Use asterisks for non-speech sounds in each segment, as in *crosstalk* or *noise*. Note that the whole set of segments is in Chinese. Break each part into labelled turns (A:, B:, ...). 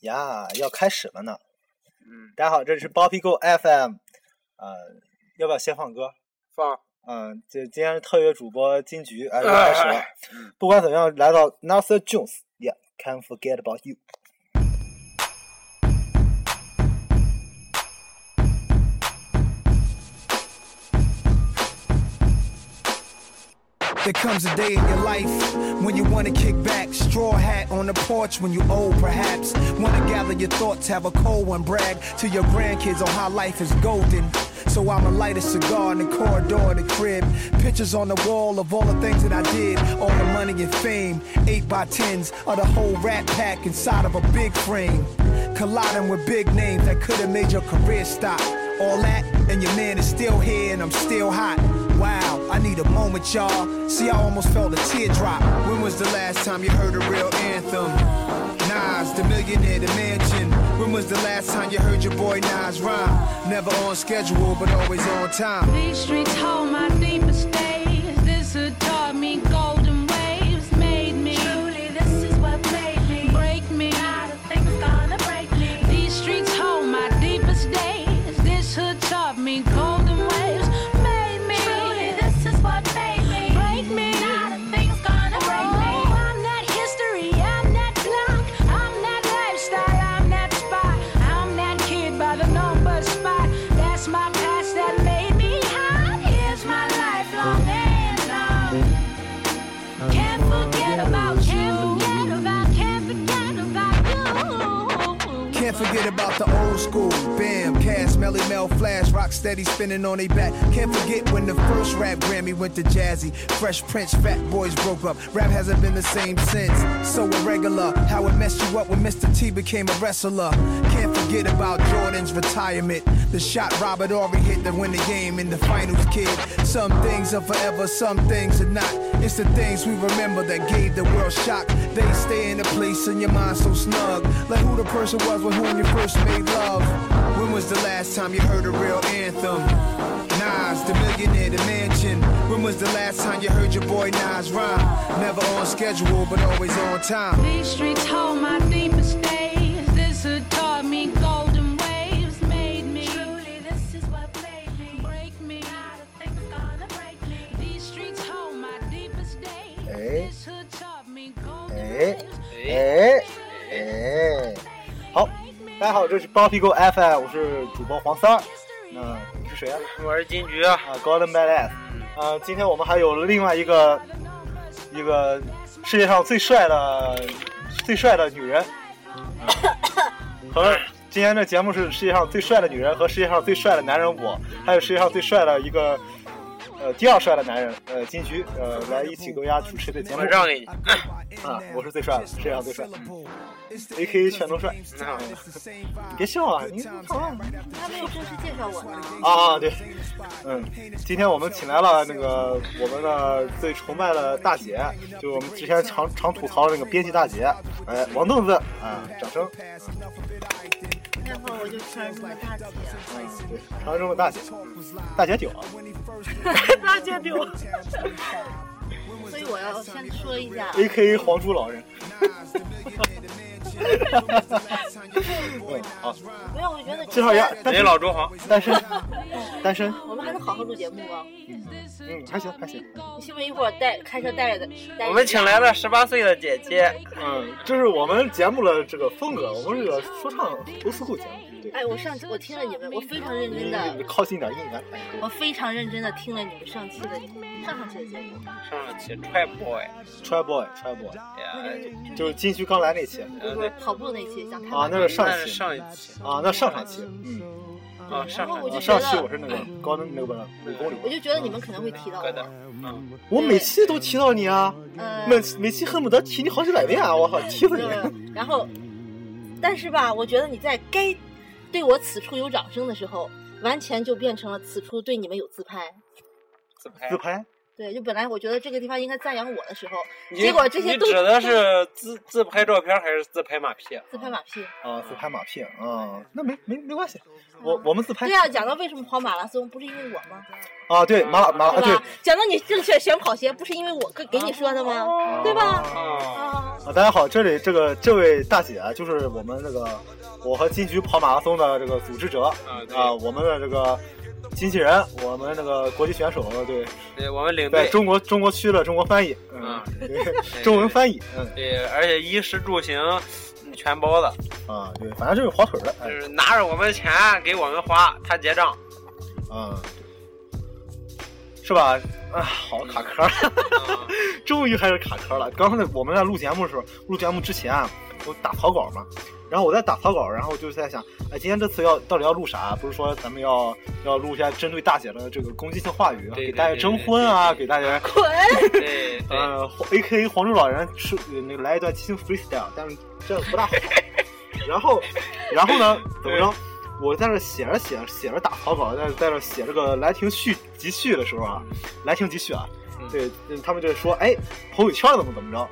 A: 呀，要开始了呢！
B: 嗯，
A: 大家好，这里是包皮狗 FM，呃，要不要先放歌？
B: 放
A: 嗯，这今天是特约主播金菊，哎，又开始了
B: 嗯。
A: 不管怎么样，来到 n a s a Jones，Yeah，Can't forget about you。
C: There comes a day in your life when you wanna kick back, straw hat on the porch when you old perhaps. Wanna gather your thoughts, have a cold one, brag to your grandkids on how life is golden. So I'ma light a cigar in the corridor of the crib. Pictures on the wall of all the things that I did, all the money and fame, eight by tens of the whole rat pack inside of a big frame. Colliding with big names that could have made your career stop. All that, and your man is still here, and I'm still hot. Wow, I need a moment, y'all. See, I almost felt a teardrop. When was the last time you heard a real anthem? Nas, the millionaire, the mansion. When was the last time you heard your boy Nas rhyme? Never on schedule, but always on time.
D: These streets hold my deepest days. This had taught me golden waves, made me. Truly, this is what made me. Break me. Not a thing's gonna break me. These streets hold my deepest days. This hood taught me golden waves, made me. Truly, this is what made me. Break me. Not a thing's gonna break me. I'm that history. I'm that block. I'm that lifestyle. I'm that spot. I'm that kid by the number spot. That's my past that made me hot. Here's my lifelong anthem. Can't forget about you. Can't forget about, can't forget about you.
C: Can't forget about the old school. Bam, Cass, Melly Mel, Flash, Rock Steady spinning on they back. Can't forget when the first rap Grammy went to Jazzy. Fresh Prince, Fat Boys broke up. Rap hasn't been the same since. So irregular, how it messed you up when Mr. T became a wrestler. Can't forget about Jordan's retirement. The shot Robert Ory hit to win the game in the finals, kid. Some things are forever, some things are not. It's the things we remember that gave the world shock. They stay in a place in your mind so snug. Like who the person was with whom you first made love. When was the last time you heard a real anthem? Nas, the millionaire, the mansion. When was the last time you heard your boy Nas rhyme? Never on schedule, but always on time.
D: These streets hold my deepest days. This had taught me golden waves, made me. Truly, this is what made me. Break me. Not a thing's gonna break me. These streets hold my deepest days.
A: Eh?
D: This hood taught me golden
A: Eh?
D: waves.
A: 哎哎，好，大家好，这是包皮狗 FM，我是主播黄三儿。嗯，你是谁啊？
B: 我是金桔啊，
A: 啊，Golden Badass。呃，今天我们还有另外一个一个世界上最帅的最帅的女人，
B: 嗯
A: 和今天的节目是世界上最帅的女人和世界上最帅的男人我，还有世界上最帅的一个呃第二帅的男人呃金菊呃来一起跟大家主持这节目
B: 我。让给你。
A: 啊，我是最帅的，世界上最帅的。
C: A
A: AKA 全都帅
C: 啊
A: 你别笑啊，你好啊。
E: 他没有正式介绍我呢。
A: 啊，对，嗯，今天我们请来了那个我们的最崇拜的大姐，就我们之前常常吐槽的那个编辑大姐，哎，王凳子，啊，掌 *laughs* 声，
E: 那会儿我就穿什么大啊姐， *laughs*
A: 嗯对，常州的大姐，大姐屌啊，
E: 大姐丢。 *laughs* 所以我要先说一下，
A: ，A K A 黄猪老人，嗯，好，
E: 啊没有，我觉得
A: 介绍一下，单
B: 谁
A: 身
B: 老中行？
A: 单身，单身，
E: 我们还能好好录节目吗？
A: 嗯，还行还行，
E: 你信不信一会儿带开车带着的？带着
B: 我们请来了十八岁的姐姐，
A: 嗯，这是我们节目的这个风格，我们这个说唱 old school 节目，对，
E: 哎，我上期我听了你们，我非常认真
A: 你
E: 的，
A: 靠近一点，一点，哎，对
E: 我非常认真的听了你们上期的上上期的节目，
B: 上了期 Try Boy，
A: ，try boy，try boy，
B: 哎呀，
A: 就是金区刚来那期。
B: 呃
E: 就是
B: 对
E: 跑步那期讲他。
A: 啊，那是上
B: 那是
A: 期
B: 上一期
A: 啊，那上上期，嗯，
B: 啊，上
E: 然后我
B: 上
A: 啊
E: 就
A: 上
E: 觉
A: 期我
E: 得，
A: 是那个高能那个五公
E: 我
A: 里，
E: 就觉得你们可能会提到
B: 哥
E: 我，
B: 的，嗯，
A: 我每期都提到你啊，
E: 呃，
A: 每每期恨不得提你好几百遍啊，我靠，提死
E: 没有没有
A: 你！
B: 嗯
E: 没有然后，但是吧，我觉得你在该对我此处有掌声的时候，完全就变成了此处对你们有自拍。
B: 自拍
A: 自。拍，
E: 对，就本来我觉得这个地方应该赞扬我的时候，
B: 你
E: 结果这些
B: 你
E: 都
B: 指的是自自拍照片还是自拍马屁？
E: 自拍马屁。
A: 啊，自拍马屁啊，那没没没关系，我我们自拍
E: 对啊，讲到为什么跑马拉松，不是因为我吗？
A: 啊，对马拉马拉
E: 对
A: 对
B: 哦
E: 吧？讲到你正确选跑鞋，不是因为我给给你说的吗？对吧？
B: 啊，
E: 啊，
A: 啊，大家好，这里这个这位大姐啊就是我们那个我和金菊跑马拉松的这个组织者啊、
B: 啊对
A: 我们的这个经纪人，我们那个国际选手，对，
B: 对，我们领
A: 在
B: 队，
A: 中国中国区的中国翻译，嗯
B: 啊，
A: 对， *laughs* 中文翻译，嗯
B: 对，而且衣食住行嗯全包的，
A: 啊，对，反正就是划腿的，哎
B: 就，是拿着我们钱给我们花，他结账。
A: 嗯，是吧？啊，好卡壳了，
B: 嗯
A: *laughs* 终于开始卡壳了。刚才我们在录节目的时候，录节目之前啊，我打草稿嘛，然后我在打草稿，然后就在想，哎，今天这次要到底要录啥？不是说咱们要要录一下针对大姐的这个攻击性话语，
B: 对
A: 给大家征婚啊，给大家
F: 滚！
B: 对对，
A: 呃，A K A 黄州老人是呃那个来一段新 freestyle，但是这样不大好。然
B: *laughs*
A: 后，然后呢，怎么着？我在这写着写着写着打草稿，在在这写这个《来听序》集序的时候啊，《来听集序》啊，
B: 嗯
A: 对，嗯他们就说，哎，朋友圈怎么怎么着？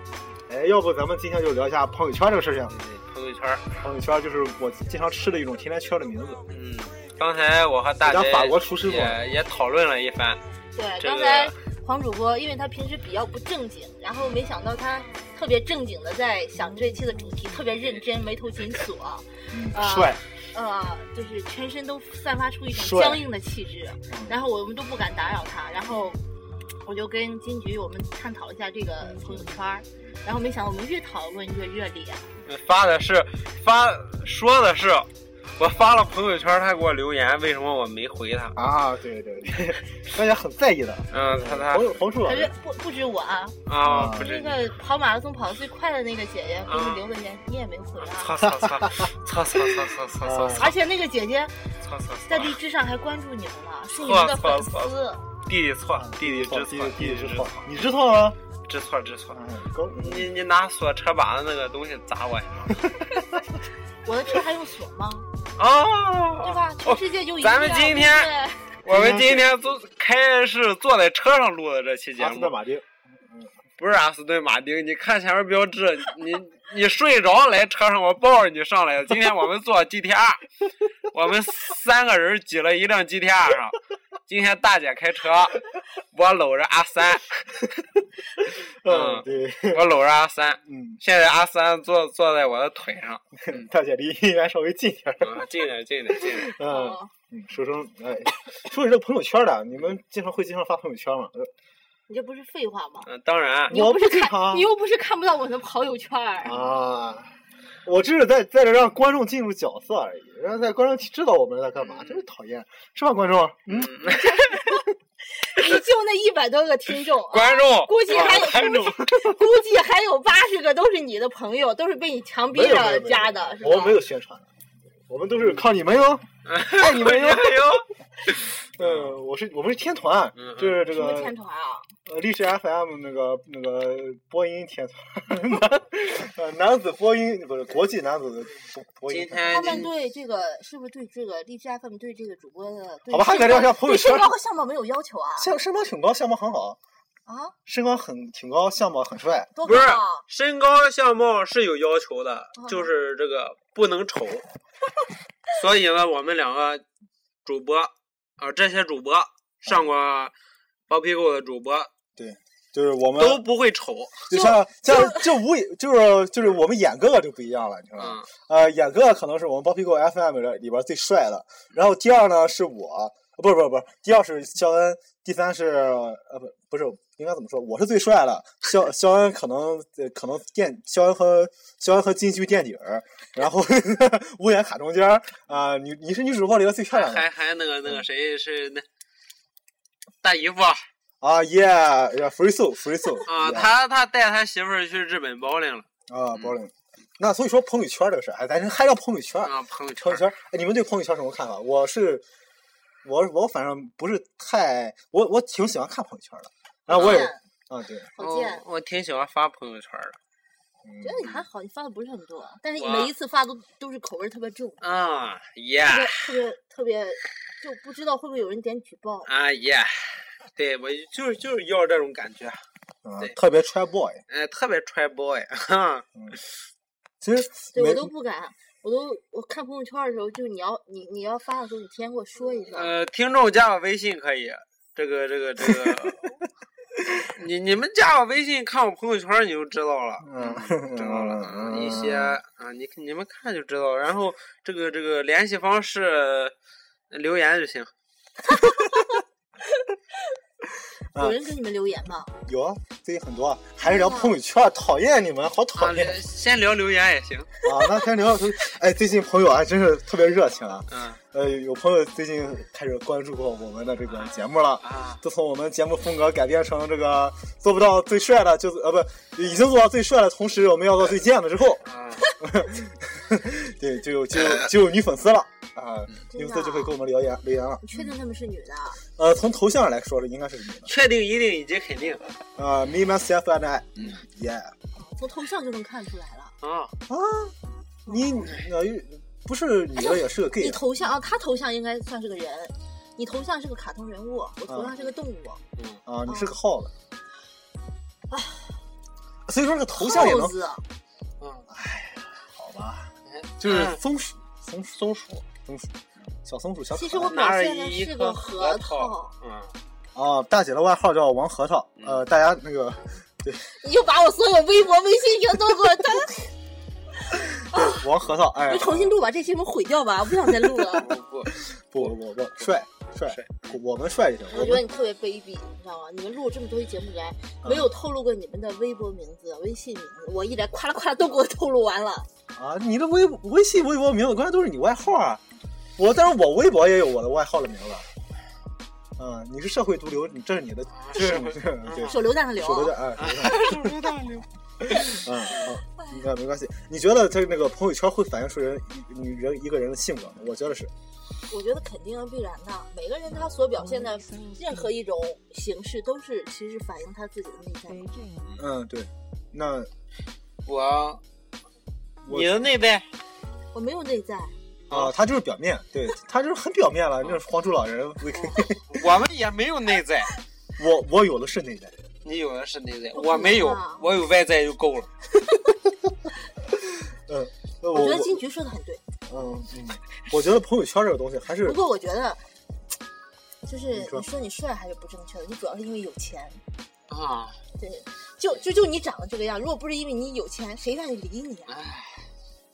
A: 哎，要不咱们今天就聊一下朋友圈这个事情。
B: 朋友圈，
A: 朋友圈就是我经常吃的一种甜甜圈的名字。
B: 嗯，刚才我和大
A: 我
B: 姐
A: 家法国厨师做的
B: 也也讨论了一番，
F: 对，
B: 这
F: 刚
B: 个
F: 才黄主播，因为他平时比较不正经，然后没想到他特别正经的在想这一期的主题，特别认真，眉头紧锁，
A: 嗯
F: 啊
A: 帅，
F: 呃，就是全身都散发出一种
A: 帅
F: 僵硬的气质，然后我们都不敢打扰他，然后我就跟金菊我们探讨了一下这个
A: 嗯
F: 朋友圈儿，然后没想到我们越讨论越热烈，
B: 发的是发说的是，我发了朋友圈，他给我留言，为什么我没回他？
A: 啊，对对对， *laughs* 大家很在意的。
B: 嗯，他
A: 黄
B: 他
A: 黄叔老
F: 可是
A: 师，
F: 不不止我啊，
B: 啊，
A: 啊
B: 不
F: 那
B: 是，
F: 个跑马拉松跑得最快的那个姐姐给你
B: 啊
F: 留的言，你也没回啊，
B: 擦擦 *laughs* 擦擦擦擦擦擦擦擦
F: 而且那个姐姐
B: 擦擦，
F: 在荔枝上还关注你们了，是你们的粉丝。
B: 弟弟错，弟弟知错，
A: 弟弟
B: 知
A: 知
B: 错
A: 错，，你知错了吗？
B: 知错知错。
A: 哎，高
B: 你你拿锁车把的那个东西砸我呀！ *laughs*
F: 我的车还用锁吗？对
B: 哦，
F: 吧？全世界就一辆。
B: 咱们今天
F: 对
B: 我们今天坐开是坐在车上录的这期节
A: 阿斯
B: 目
A: 顿，马丁，
B: 不是阿斯顿马丁。你看前面标志，你你睡着来车上，我抱着你上来的。今天我们坐 GTR，我们三个人挤了一辆 GTR 上。今天大姐开车，我搂着阿三，
A: 嗯，
B: 嗯
A: 对，
B: 我搂着阿三。
A: 嗯，
B: 现在阿三坐坐在我的腿上，
A: 大姐离应该稍微近一点儿，
B: 啊，近点近点近点。
A: 嗯，
F: 哦
A: 嗯说声，哎，说起这个朋友圈的，你们经常会经常发朋友圈吗？
F: 嗯你这不是废话吗？
B: 嗯，当然，
F: 你又不是
A: 我不经
F: 看，
A: 常
F: 你又不是看不到我的朋友圈儿。
A: 啊，我这是在在这让观众进入角色而已，让在观众知道我们在干嘛，
F: 嗯
A: 真是讨厌，是吧，观众？嗯，
F: 你就那一百多个
A: *laughs*
F: 听众，
B: 观众，
F: 估计还
B: 啊观众，
F: 估计还有八十个都是你的朋友，都是被你强逼
A: 没有没
F: 着
A: 有没有
F: 加的，是吧
A: 我？们没有宣传，我们都是靠你们哟，爱你
F: *laughs*
B: 哎
A: 们哟。嗯，我是我们是天团
B: 嗯，嗯
A: 就是这
F: 什么
A: 个
F: 天团啊？
A: 呃，荔枝 FM 那个那个播音天团，男呃男子播音不是国际男子播播音
B: 今
A: 天团。
F: 他
B: 天
F: 们对这个是不是对这个荔枝 FM 对这个主播的对
A: 好吧还
F: 身
A: 得聊一
F: 高
A: 下朋友
F: 对身
A: 圈
F: 高和相貌没有要求啊？
A: 相身高挺高，相貌很好，
F: 啊，
A: 身高很挺高，相貌很帅。
F: 多
B: 不是
F: 高啊？
B: 身高相貌是有要求的
F: 嗯，
B: 就是这个不能丑。所以呢，我们两个主播啊、这些主播上过包皮狗的主播
A: 就是我们
B: 都不会丑。
A: 就像像这无也就是就是我们演哥哥就不一样了，你知道吗？
B: 嗯，
A: 呃，演哥哥可能是我们包皮狗 FM 里里边最帅的，然后第二呢是我，不是不是不是，第二是肖恩，第三是呃不不是应该怎么说？我是最帅的，肖肖恩可能呃可能垫肖恩和肖恩和金须垫底儿，然后 *laughs* 乌眼卡中间儿啊、你你是女主播里边最漂亮的
B: 还还那个那
A: 嗯
B: 个谁是那大姨夫
A: 啊耶，free soul free soul
B: 啊，
A: yeah
B: 他他带他媳妇儿去日本 bowling 了
A: 啊 b o l i n g 那所以说朋友圈这个事儿，哎，咱这还聊朋友圈儿，
B: 啊，朋
A: 朋
B: 友圈
A: 友圈儿，哎，你们对朋友圈儿什么看法？我是，我我反正不是太，我我挺喜欢看朋友圈儿的。然后我也
F: 嗯
A: 啊，对，
F: 好贱
B: 哦，我挺喜欢发朋友圈的。
F: 觉得你还好，你发的不是很多，但是
B: 我
F: 每一次发都都是口味儿特别重，
B: 啊
F: 特
B: 耶
F: 别特别特别，就不知道会不会有人点举报。
B: 啊耶，对我就是就是要这种感觉，对
A: 嗯，特别 try boy。
B: 哎，特别 try boy，哈，
A: 啊其实
F: 对
A: 没
F: 我都不敢，我都我看朋友圈儿的时候，就是你要你你要发的时候，
B: 呃
F: 你提前给我说一声。
A: *laughs*
B: 呃，听众加我微信可以，这个这个这个，你你们加我微信看我朋友圈你就知道了，
A: 嗯
B: 知道了啊
A: 嗯
B: 一些啊，你你们看就知道。然后这个这个联系方式呃留言就行。
A: 啊
F: 有人给你们留言吗？
A: 有啊，最近很多，啊，还是聊朋友圈，讨厌你们，好
B: 啊
A: 讨，厌
B: 聊先聊留言也行。
A: 啊！那先聊， *laughs* 哎，最近朋友啊，真是特别热情啊。
B: 嗯
A: 呃，有朋友最近开始关注过我们的这个节目了，
B: 啊，
A: 都从我们节目风格改变成这个做不到最帅的，就是呃不，已经做到最帅的，同时我们要做最贱的之
F: *laughs*
A: 后，
B: 啊，
A: 对，就有就有就有女粉丝了啊，
F: 真
A: 女
F: 的
A: 粉丝就会给
F: 啊？
A: 我们留言留言了。
F: 你确定他们是女的？啊
A: 呃，从头像上来说，这应该是女的。
B: 确定一定以及肯定
A: 啊，me myself and
F: 嗯
A: I，yeah
F: 从头像就能看出来了。
B: 啊，
A: 啊，你呃不是女的也是个 gay
F: 你
A: 啊
F: 头像啊，他头像应该算是个人，你头像是个卡通人物，我头像是个动物。
B: 嗯，
A: 啊，你是个耗子。
F: 啊
A: 所以说这个头像也
F: 耗
A: 能
F: 子，
A: 好吧
B: 哎，
A: 嗯就是
B: 嗯
A: 松鼠，松松鼠，松鼠，小松鼠，小
F: 其
A: 可
F: 实我
A: 爱
B: 那
F: 表
B: 儿
F: 现的
B: 一
F: 是
B: 颗
F: 个
B: 核
F: 核
B: 桃
F: 桃，
B: 嗯，
A: 啊，大姐的外号叫王核桃，呃，
F: 嗯
A: 大家那个
F: 你就把我所有微博、微信平都给我登，
A: *laughs* 对王核桃，哎
F: 你，重新录把这期我们毁掉吧，我不想再录了。
B: 不不，
A: 不不不，帅帅
B: 帅，
A: 我我们帅就行，
F: *laughs* 我
A: 我
F: 觉得
A: 们
F: 你特别卑鄙，你知道吗？你们录这么多期节目以来，没有透露过你们的微博名字、微信名字，我一来夸啦夸啦都给我透露完了。
A: 啊，你的微微信、微博名字，关键都是你外号啊。我，但是我微博也有我的外号的名字。嗯，你是社会毒瘤，你这是你的，这啊是你的，对，
F: 手榴弹的榴，
A: 手榴弹，哎，手榴弹， *laughs* 嗯，嗯应该没关系。你觉得他那个朋友圈会反映出人一女人一个人的性格吗？我觉得是，
F: 我觉得肯定必然的。每个人他所表现的任何一种形式，都是其实反映他自己的内在。
A: 嗯，对。那
B: 我
A: 我
B: 你的内在
F: 我没有内在，
A: 啊，他就是表面，对他就是很表面了，那是黄鼠狼人。 *laughs*
B: 我们也没有内在，
A: 我我有的是内在，
B: 你有的是内在，
F: 不可
B: 我没有
F: 能啊，
B: 我有外在就够了。
A: 嗯，我
F: 我觉得
A: 我
F: 金菊说的很对。
A: 嗯嗯，我觉得朋友圈这个东西还是
F: 不哦过我觉得，就是
A: 你说
F: 你说你帅还是不正确的，你主要是因为有钱。
B: 啊，
F: 对，就就就你长得这个样，如果不是因为你有钱，谁愿意理你啊？
B: 唉，哎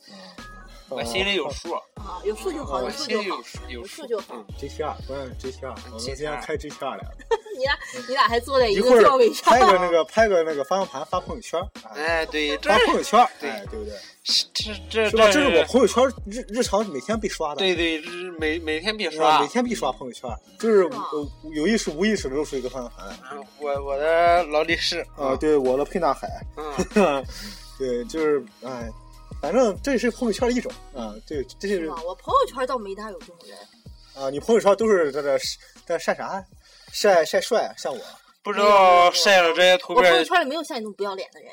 A: 呃哦
B: 我心里有数，
F: 啊，有数就好，有
B: 我
F: 数
B: 心
F: 就
B: 里有
F: 好。
B: 数有
F: 有数
B: 数
F: 就好
B: 嗯
A: GTR，关键 GTR，我们今天开 GTR 来了，
F: 你俩你俩还坐在一
A: 会
F: 个座位
A: 儿
F: 上
A: 拍，个那个拍个那个方向盘发朋友圈，哎，
B: 哎，对，这
A: 发朋友圈，
B: 对
A: 哎，对不对？
B: 这这
A: 是吧？这是我朋友圈日日常每天必刷的，
B: 对对，日每每天啊必
A: 是吧，
B: 刷。
A: 啊每天必刷朋友圈，就是
F: 是吗啊
A: 呃有意识无意识的露出一个方向盘。
B: 嗯我我的劳力士
A: 啊，，对，我的沛纳海， *laughs*
B: 嗯，
A: 对，就是哎，反正这是朋友圈的一种啊，对，这
F: 是
A: 是
F: 吗？我朋友圈倒没大有这种人，
A: 啊，你朋友圈都是在这在晒啥？晒晒帅，像我
B: 不知道晒了这些图
F: 我朋友
B: 片，
F: 圈里没有像你那么不要脸的人。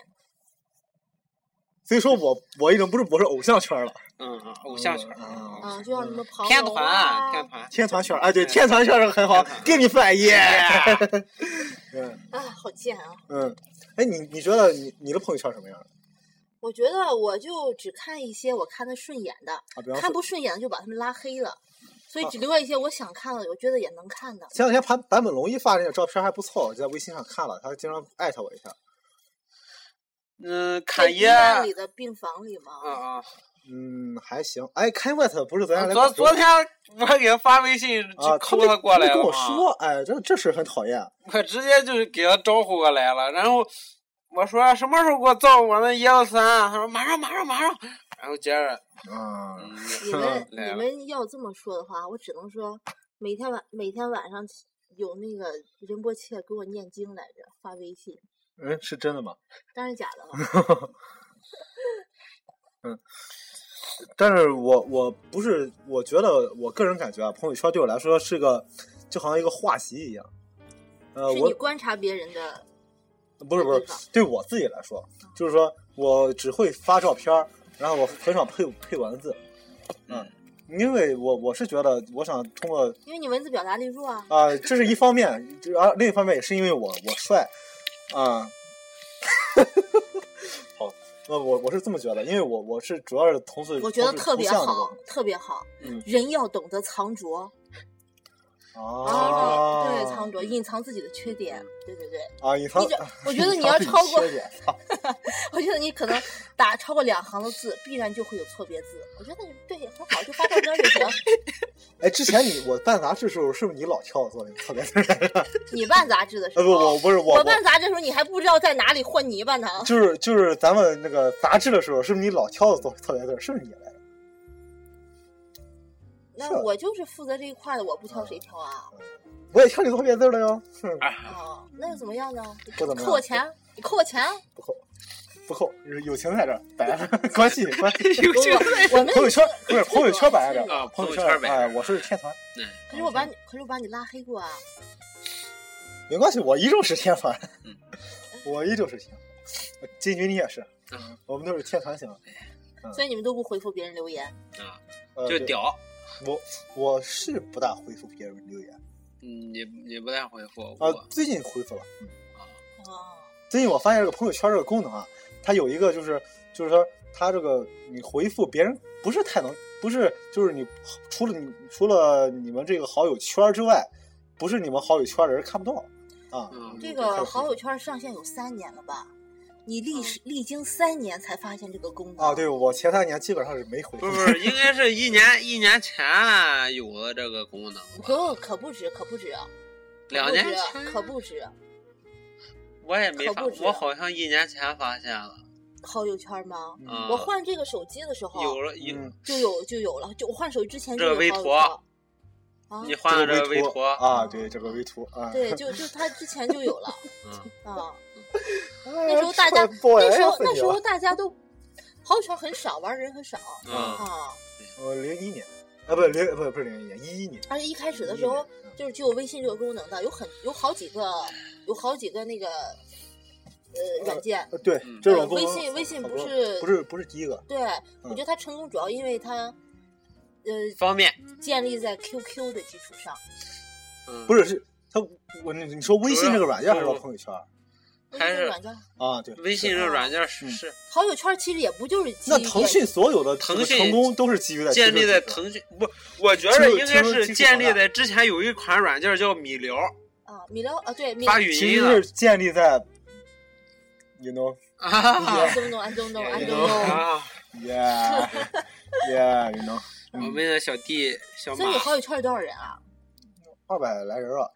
A: 所以说我我已经不是我是偶像圈了，
B: 嗯，嗯偶像圈，
A: 嗯
B: 嗯
F: 啊，就像什么庞
B: 天
F: 龙
B: 团
F: 啊，
B: 天团，
A: 天团圈，哎，对，天团圈这个很好，给你翻页。
B: 哎
A: *laughs* 嗯
F: 哎，好贱啊！
A: 嗯，哎，你你觉得你你的朋友圈什么样
F: 我觉得我就只看一些我看的顺眼的，
A: 啊？比方
F: 看
A: 说，
F: 不顺眼的就把他们拉黑了，所以只留下一些我想看的，我觉得也能看的。
A: 前两天版版本龙一发那个照片还不错，我在微信上看了，他经常艾特我一下。
B: 嗯，
F: 在
B: 侃
F: 医
B: 爷，
F: 院里的病房里嘛，
B: 嗯嗯。
A: 嗯，还行。哎，Kanye West 不是昨天来
B: 昨
A: 广州
B: 昨天我给他发微信，
A: 啊，
B: 就抠他过来
A: 没
B: 了啊
A: 跟我
B: 嘛
A: 说，哎，这这事很讨厌。
B: 我直接就是给他招呼过来了，然后我说啊什么时候给我造我那幺三？啊他说马上马上马上，然后接着，嗯
A: 啊， *laughs*
F: 你们
B: 来
F: 你
B: 了
F: 们要这么说的话，我只能说每天晚每天晚上有那个仁波切给我念经来着，发微信，
A: 嗯，是真的吗？
F: 当然假的了。
A: *laughs* 但是我我不是，我觉得我个人感觉啊，朋友圈对我来说是个，就好像一个画席一样。呃，
F: 是你
A: 我
F: 观察别人的，
A: 不是不是
F: 对吧，
A: 对我自己来说，
F: 嗯
A: 就是说我只会发照片儿，然后我很少配配文字，嗯，因为我我是觉得我想通过
F: 因为你文字表达力弱啊。
A: 啊、这是一方面，这而另一方面也是因为我我帅，啊、 *laughs* 好，那我我是这么觉得，因为我我是主呃要是同事，
F: 我觉得
A: 同事
F: 特别
A: 图像的
F: 好
A: 嘛，
F: 特别好。
A: 嗯
F: 人要懂得藏拙，然后
A: 啊，
F: 对对藏拙，隐藏自己的缺点，对对对。
A: 啊，隐藏
F: 你这，
A: *laughs*
F: 我觉得你要
A: 隐藏自己
F: 超过
A: 缺点啊
F: 我觉得你可能打超过两行的字，必然就会有错别字。我觉得你对很好，就发照片就行。
A: 哎，之前你我办杂志的时候，是不是你老挑我做那个特别字？
F: 你办杂志的时
A: 呃，
F: 候，
A: *laughs* 不，我不是我，
F: 哦我
A: 我
F: 办杂志的时候，你还不知道在哪里和泥巴呢。
A: 就是就是咱们那个杂志的时候，是不是你老挑我做特别字？是不是你来着？
F: 那
A: 是
F: 我就是负责这一块的，我不挑谁挑啊？
A: 我也挑你做特别字了哟，哼
F: 啊，那又怎么样呢？你
A: 嗯不怎么样
F: 扣我钱，你扣
B: *laughs*
F: 我钱，
A: 不扣，不扣，友情在这儿摆着，关系关
B: *laughs*
A: 系。
B: 有
F: 我
B: 些
F: 我我们
A: 朋友圈不是朋友圈摆着
F: 是
A: 点，
B: 啊
A: 朋友
B: 朋
A: 圈
B: 友圈摆
A: 哎，我是天团，
F: 可是我把你，可是我把你拉黑过啊！
A: 没关系，我依旧是天团
B: 嗯，
A: 我依旧是天团。金军你也是
B: 嗯，
A: 我们都是天团型。
F: 所以你们都不回复别人留言，
B: 啊，
A: 呃
B: 就
A: 对
B: 屌。
A: 我我是不大回复别人留言
B: 嗯你你不太回复
A: 啊
B: 我，，
A: 最近回复了。
F: 哦，
A: 最近我发现这个朋友圈这个功能啊，它有一个就是就是说它这个你回复别人不是太能，不是就是你除了你除了你们这个好友圈之外，不是你们好友圈的人看不到啊。
B: 嗯
F: 这
A: 就开始
F: 个好友圈上线有三年了吧？你历时历经三年才发现这个功能
A: 嗯啊，对我前三年基本上是没回复
B: 不是不是，应该是一年一年前啊有的这个功能吧，
F: 不，可不止，可不止，啊
B: 两年
F: 可不
B: 前
F: 止可不止。
B: 我也没发
F: 可不，止
B: 我好像一年前发现了。
F: 好友圈吗？
B: 啊、
F: 我换这个手机的时候
B: 有了有、
A: 嗯，
F: 就有就有了，就我换手机之前就
B: 这
F: 有
B: 个微
F: 好友
B: 图
F: 圈啊
B: 你，换了
A: 这
B: 这
A: 个
B: 个
A: 微
B: 微
A: 图
B: 图，
A: 啊，对这个微图啊，
F: 对，就就他之前就有了
B: 嗯，
A: *laughs*
F: 啊。
A: 那
F: 那时候
A: *laughs*
F: 大家那时候那时候大家都好友圈很少，玩人很少
B: 嗯
F: 啊。
A: 我呃零一年啊，不是零不是不是零一年，一一年
F: 而且一开始的时候
A: 嗯
F: 就是只有微信这个功能的，有很有好几个有好几个那个呃软件。
A: 呃对
B: 嗯
A: 这种功
F: 微
A: 能
F: 信微信
A: 好
F: 不
A: 多
F: 是
A: 不是不是第一个，
F: 对，我觉得它成功主要因为它呃
B: 方便，
F: 建立在 QQ 的基础上。
B: 嗯，
A: 不是是它我你你说微信这个软件还是
B: 不
A: 说
B: 是
A: 朋友圈
F: 微
B: 还
F: 信这
B: 是
F: 软件
A: 啊？对，
B: 微信这软件是
A: 嗯
B: 是
F: 好友圈其实也不就是基于
A: 那腾讯所有的这
B: 腾
A: 个
B: 讯
A: 成功都是基于在
B: 建立在
A: 技术
B: 腾讯，不，我觉得
A: 技术
B: 应该
A: 技术
B: 是
A: 技术
B: 建
A: 好
B: 立
A: 大
B: 在之前有一款软件叫米聊，
F: *laughs* 啊，米聊啊，对，米
B: 发
F: 聊
B: 语
A: 其
B: 音
A: 实
B: 的
A: 是建立在，you know *laughs*
B: 啊
F: 安东东，安东东，安东东。
B: 啊！
A: yeah yeah you know *laughs*
B: 我
A: 嗯
B: 们的小弟小
F: 所
B: 马
F: 以，好友圈有多少人啊？
A: 二百来人了，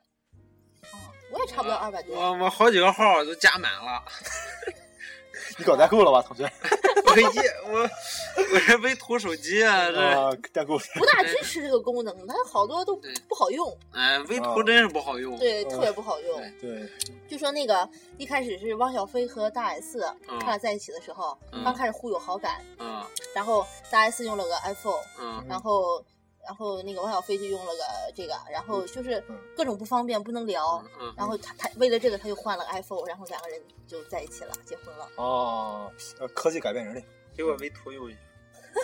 F: 我也差不多二百多。
B: 我我好几个号都加满了，
A: 你搞代购了吧，
B: *laughs*
A: 同学？
B: 我一我我这微图手机啊，这
A: 啊，代购
F: 不大支持这个功能，它好多都
B: 对
F: 不好用，
B: 哎微图真是不好用，
F: 对，
A: 嗯
F: 特别不好用。
A: 对，
F: 就说那个一开始是汪小菲和大 S
B: 嗯
F: 他俩在一起的时候，
B: 嗯
F: 刚开始互有好感，
B: 嗯
F: 然后大 S 用了个 iPhone，
B: 嗯
F: 然后然后那个汪小菲就用了个这个，然后就是
A: 嗯
F: 各种不方便，不能聊。
B: 嗯，
F: 然后他他为了这个他又换了个 iPhone，然后两个人就在一起了，结婚了。
A: 哦，呃科技改变人类，
B: 给我微图用一下，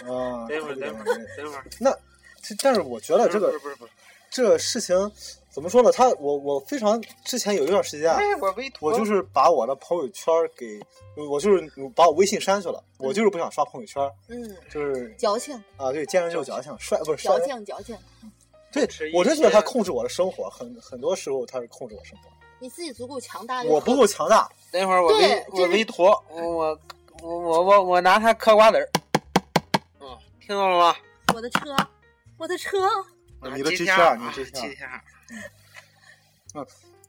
B: *laughs*
A: 啊，
B: 等一会
A: 科
B: 儿
A: 技
B: 等
A: 改变
B: 一会
A: 人
B: 儿
A: 类。
B: 等一会儿，
A: 那，这但是我觉得这
B: 不是
A: 个
B: 不是不是，
A: 这个事情怎么说呢？他我我非常之前有一段时间啊，
B: 哎我微图
A: 我就是把我的朋友圈给，我就是把我微信删去了，
B: 嗯
A: 我就是不想刷朋友圈，
F: 嗯，
A: 就是
F: 矫情，
A: 啊，对，见人就矫情，帅不是帅
F: 矫
A: 人，
F: 情，矫情。
A: 对
B: 吃一
A: 我真觉得
B: 些
A: 他控制我的生活，很很多时候他是控制我生活，
F: 啊你自己足够强大就好，
A: 我不够强大，
B: 等一会儿我
F: 对
B: 微
F: 这
B: 我
F: 是
B: 微图，我我我我我我拿它嗑瓜子儿。嗯，听到了吗？
F: 我的车，我的车，
B: 啊
A: 你的 G
B: 机
A: 天
B: 啊
A: 儿，你的 G 天儿
B: 机天儿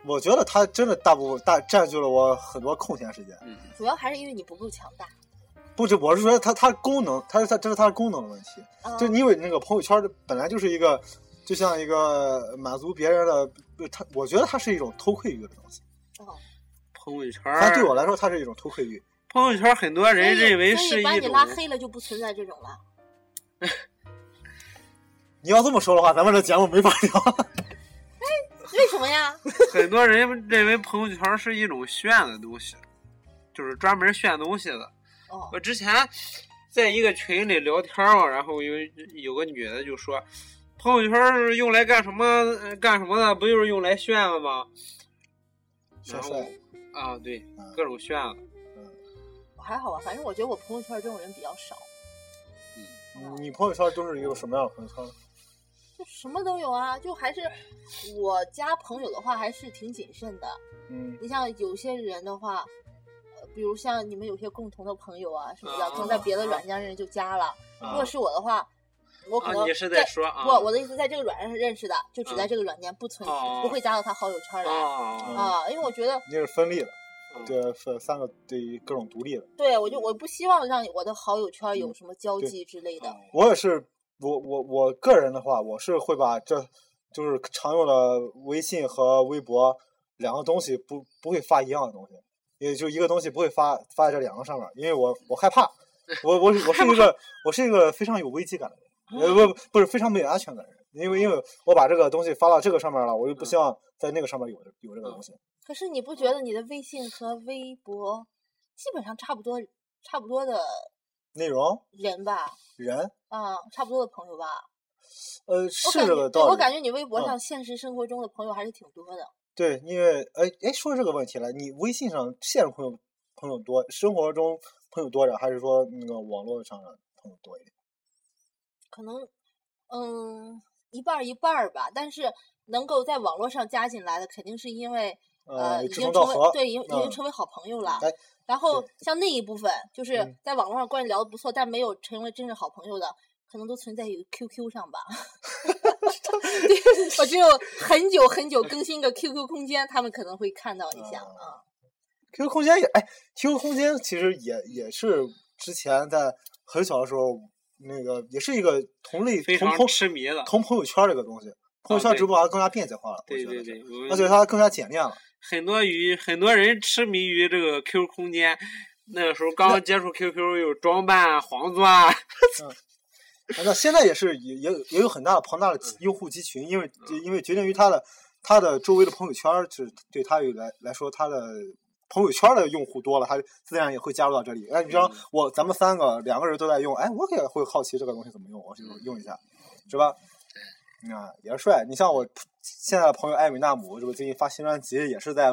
A: 我觉得他真的大部分大占据了我很多空闲时间，
B: 嗯，
F: 主要还是因为你不够强大。
A: 不止，我是说他他功能，他是他这是他的功能的问题，
F: 啊
A: 就你以为那个朋友圈儿本来就是一个，就像一个满足别人的，不是他我觉得它是一种偷窥欲的东西。
F: 哦
B: 朋友圈
A: 它
B: 儿，
A: 对我来说，它是一种偷窥欲。
B: 朋友圈儿很多人
F: 所以
B: 认为
F: 所
B: 是
F: 以把
B: 一
F: 你
B: 种
F: 拉黑了就不存在这种了。
A: 你要这么说的话，咱们这节目没法聊。
F: 为什么呀？
B: 很多人认为朋友圈儿是一种炫的东西，就是专门炫东西的。*laughs*
F: 哦，
B: 我之前在一个群里聊天儿嘛，然后有有个女的就说，朋友圈儿是用来干什么呃干什么的？不就是用来炫的吗？
A: 小
B: 然
A: 帅
B: 后，啊，对
A: 嗯，
B: 各种炫的。
F: 我还好吧，反正我觉得我朋友圈这种人比较少，
A: 你朋友圈都是一个什么样的朋友圈？
F: 就什么都有啊，就还是我加朋友的话还是挺谨慎的。
A: 嗯，
F: 你像有些人的话，呃，比如像你们有些共同的朋友啊什么的，
B: 啊
F: 可能在别的软件上认识就加了。如
A: 啊
F: 果是我的话，我可能
B: 啊，你是在说啊？
F: 不，我的意思在这个软件上认识的，就只
B: 嗯
F: 在这个软件不存，
B: 哦
F: 不会加到他好友圈来
B: 哦，
F: 啊，因为我觉得
A: 你这是分立的
B: 嗯，
A: 这分三个对各种独立的。
F: 对我就我不希望让我的好友圈
A: 嗯
F: 有什么交际之类的。
A: 我也是，我我我个人的话，我是会把这就是常用的微信和微博两个东西不不会发一样的东西，也就一个东西不会发发在这两个上面，因为我我害怕，
F: *laughs*
A: 我我我是一个我是一个非常有危机感的人，呃不不是非常没有安全感的人，因为因为我把这个东西发到这个上面了，我就
F: 嗯
A: 不希望在那个上面有有这个东西。
F: 可是你不
A: 嗯
F: 觉得你的微信和微博基本上差不多差不多的
A: 内容
F: 人吧？
A: 人
F: 啊、差不多的朋友吧？
A: 呃
F: 我
A: 是
F: 感
A: 这
F: 觉
A: 个
F: 对
A: 道理。
F: 我感觉你微博
A: 嗯
F: 上现实生活中的朋友还是挺多的。
A: 对，因为哎哎，说这个问题了，你微信上现实朋友朋友多，生活中朋友多点儿，还是说那个网络上的朋友多一点？
F: 可能，嗯，一半儿一半儿吧。但是能够在网络上加进来的，肯定是因为
A: 呃，
F: 已
A: 志
F: 经
A: 同道
F: 成为
A: 合，
F: 对，已经已经
A: 嗯
F: 成为好朋友了。
A: 哎
F: 然后
A: 对
F: 像那一部分，就是
A: 嗯
F: 在网络上关系聊得不错，但没有成为真正好朋友的，可能都存在于 QQ 上吧。对我只有很久很久更新个 QQ 空间，他们可能会看到一下啊。
A: QQ 空间也哎，QQ 空间其实也也是之前在很小的时候，那个也是一个同类
B: 非
A: 同
B: 常
A: 朋
B: 痴迷了。
A: 同朋友圈儿这个东西，朋友
B: 啊
A: 圈
B: 对
A: 直播还更加便捷化了，我
B: 对
A: 觉
B: 对
A: 得是
B: 对，我
A: 而且它更加简练了。
B: 很多于很多人痴迷于这个 QQ 空间，那个时候刚接触 QQ 有装扮啊、黄钻啊，
A: 啊那现在也是也也有也有很大的庞大的
B: 嗯
A: 用户集群，因为因为决定于他的他的周围的朋友圈儿，就是对他有来来说，他的朋友圈儿的用户多了，他自然也会加入到这里。哎，你
B: 嗯
A: 像我咱们三个两个人都在用，哎，我也会好奇这个东西怎么用，我就
B: 嗯
A: 用一下，是吧？啊，也是帅。你像我现在的朋友艾米纳姆，这不最近发新专辑，也是在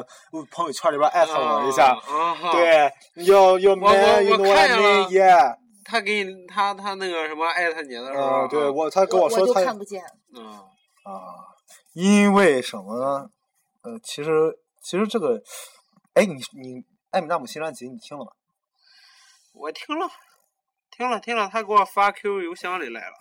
A: 朋友圈里边艾特我一下。
B: 啊，啊，
A: 对，要要
B: 我
A: man，you
B: 我
A: know what
B: 看
A: I
B: 见了
A: mean, yeah。
B: 他给你他他那个什么艾特你的时候啊，
A: 嗯，对我，他
F: 我
A: 跟说
F: 就
A: 他
F: 看不见，
B: 嗯，
A: 啊，因为什么呢？呃，其实其实这个，哎，你你艾米纳姆新专辑你听了吗？
B: 我听了听了听了，他给我发 QQ 邮箱里来了，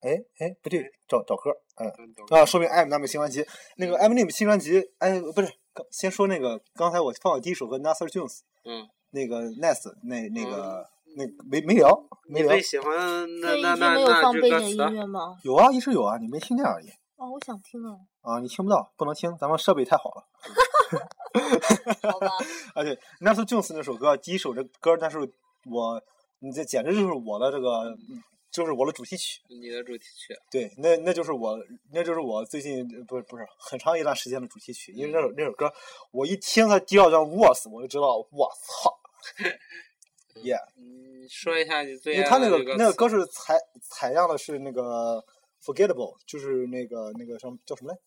A: 哎哎，不对，找找歌，嗯
B: 嗯懂
A: 啊，说明艾米纳姆新专辑，那个艾米纳姆新专辑，哎，不是，刚先说那个刚才我放的第一首歌 Nasser Jones，
B: 嗯，
A: 那个 Nice，那那个、那个没没聊没
B: 你
A: 聊
B: 最，喜欢
F: 所
B: 那
F: 以
B: 那
F: 一直
B: 那
F: 没有
B: 那
F: 放
B: 句
F: 背
B: 歌
F: 景
B: 词
F: 音乐吗？
A: 有啊，一直有啊，你没听见而已
F: 哦，我想听啊。
A: 啊，你听不到，不能听，咱们设备太好了。
F: *laughs* 好吧，
A: 而且 n a s Jones 那首歌，第一首这歌，那是我，你这简直就是我的这个，就是我的主题曲。
B: 你的主题曲，
A: 对，那那就是我，那就是我最近不是不是很长一段时间的主题曲，因为那首那首歌，我一听它第二段 Words，我就知道，我
F: *laughs*
A: 操，Yeah，
B: 你嗯说一下你最
A: 因为
B: 爱
A: 他那
B: 的
A: 个
B: 这
A: 那个歌
B: 词
A: 是采采样的是那个 Forgettable，就是那个那个什么叫什么来，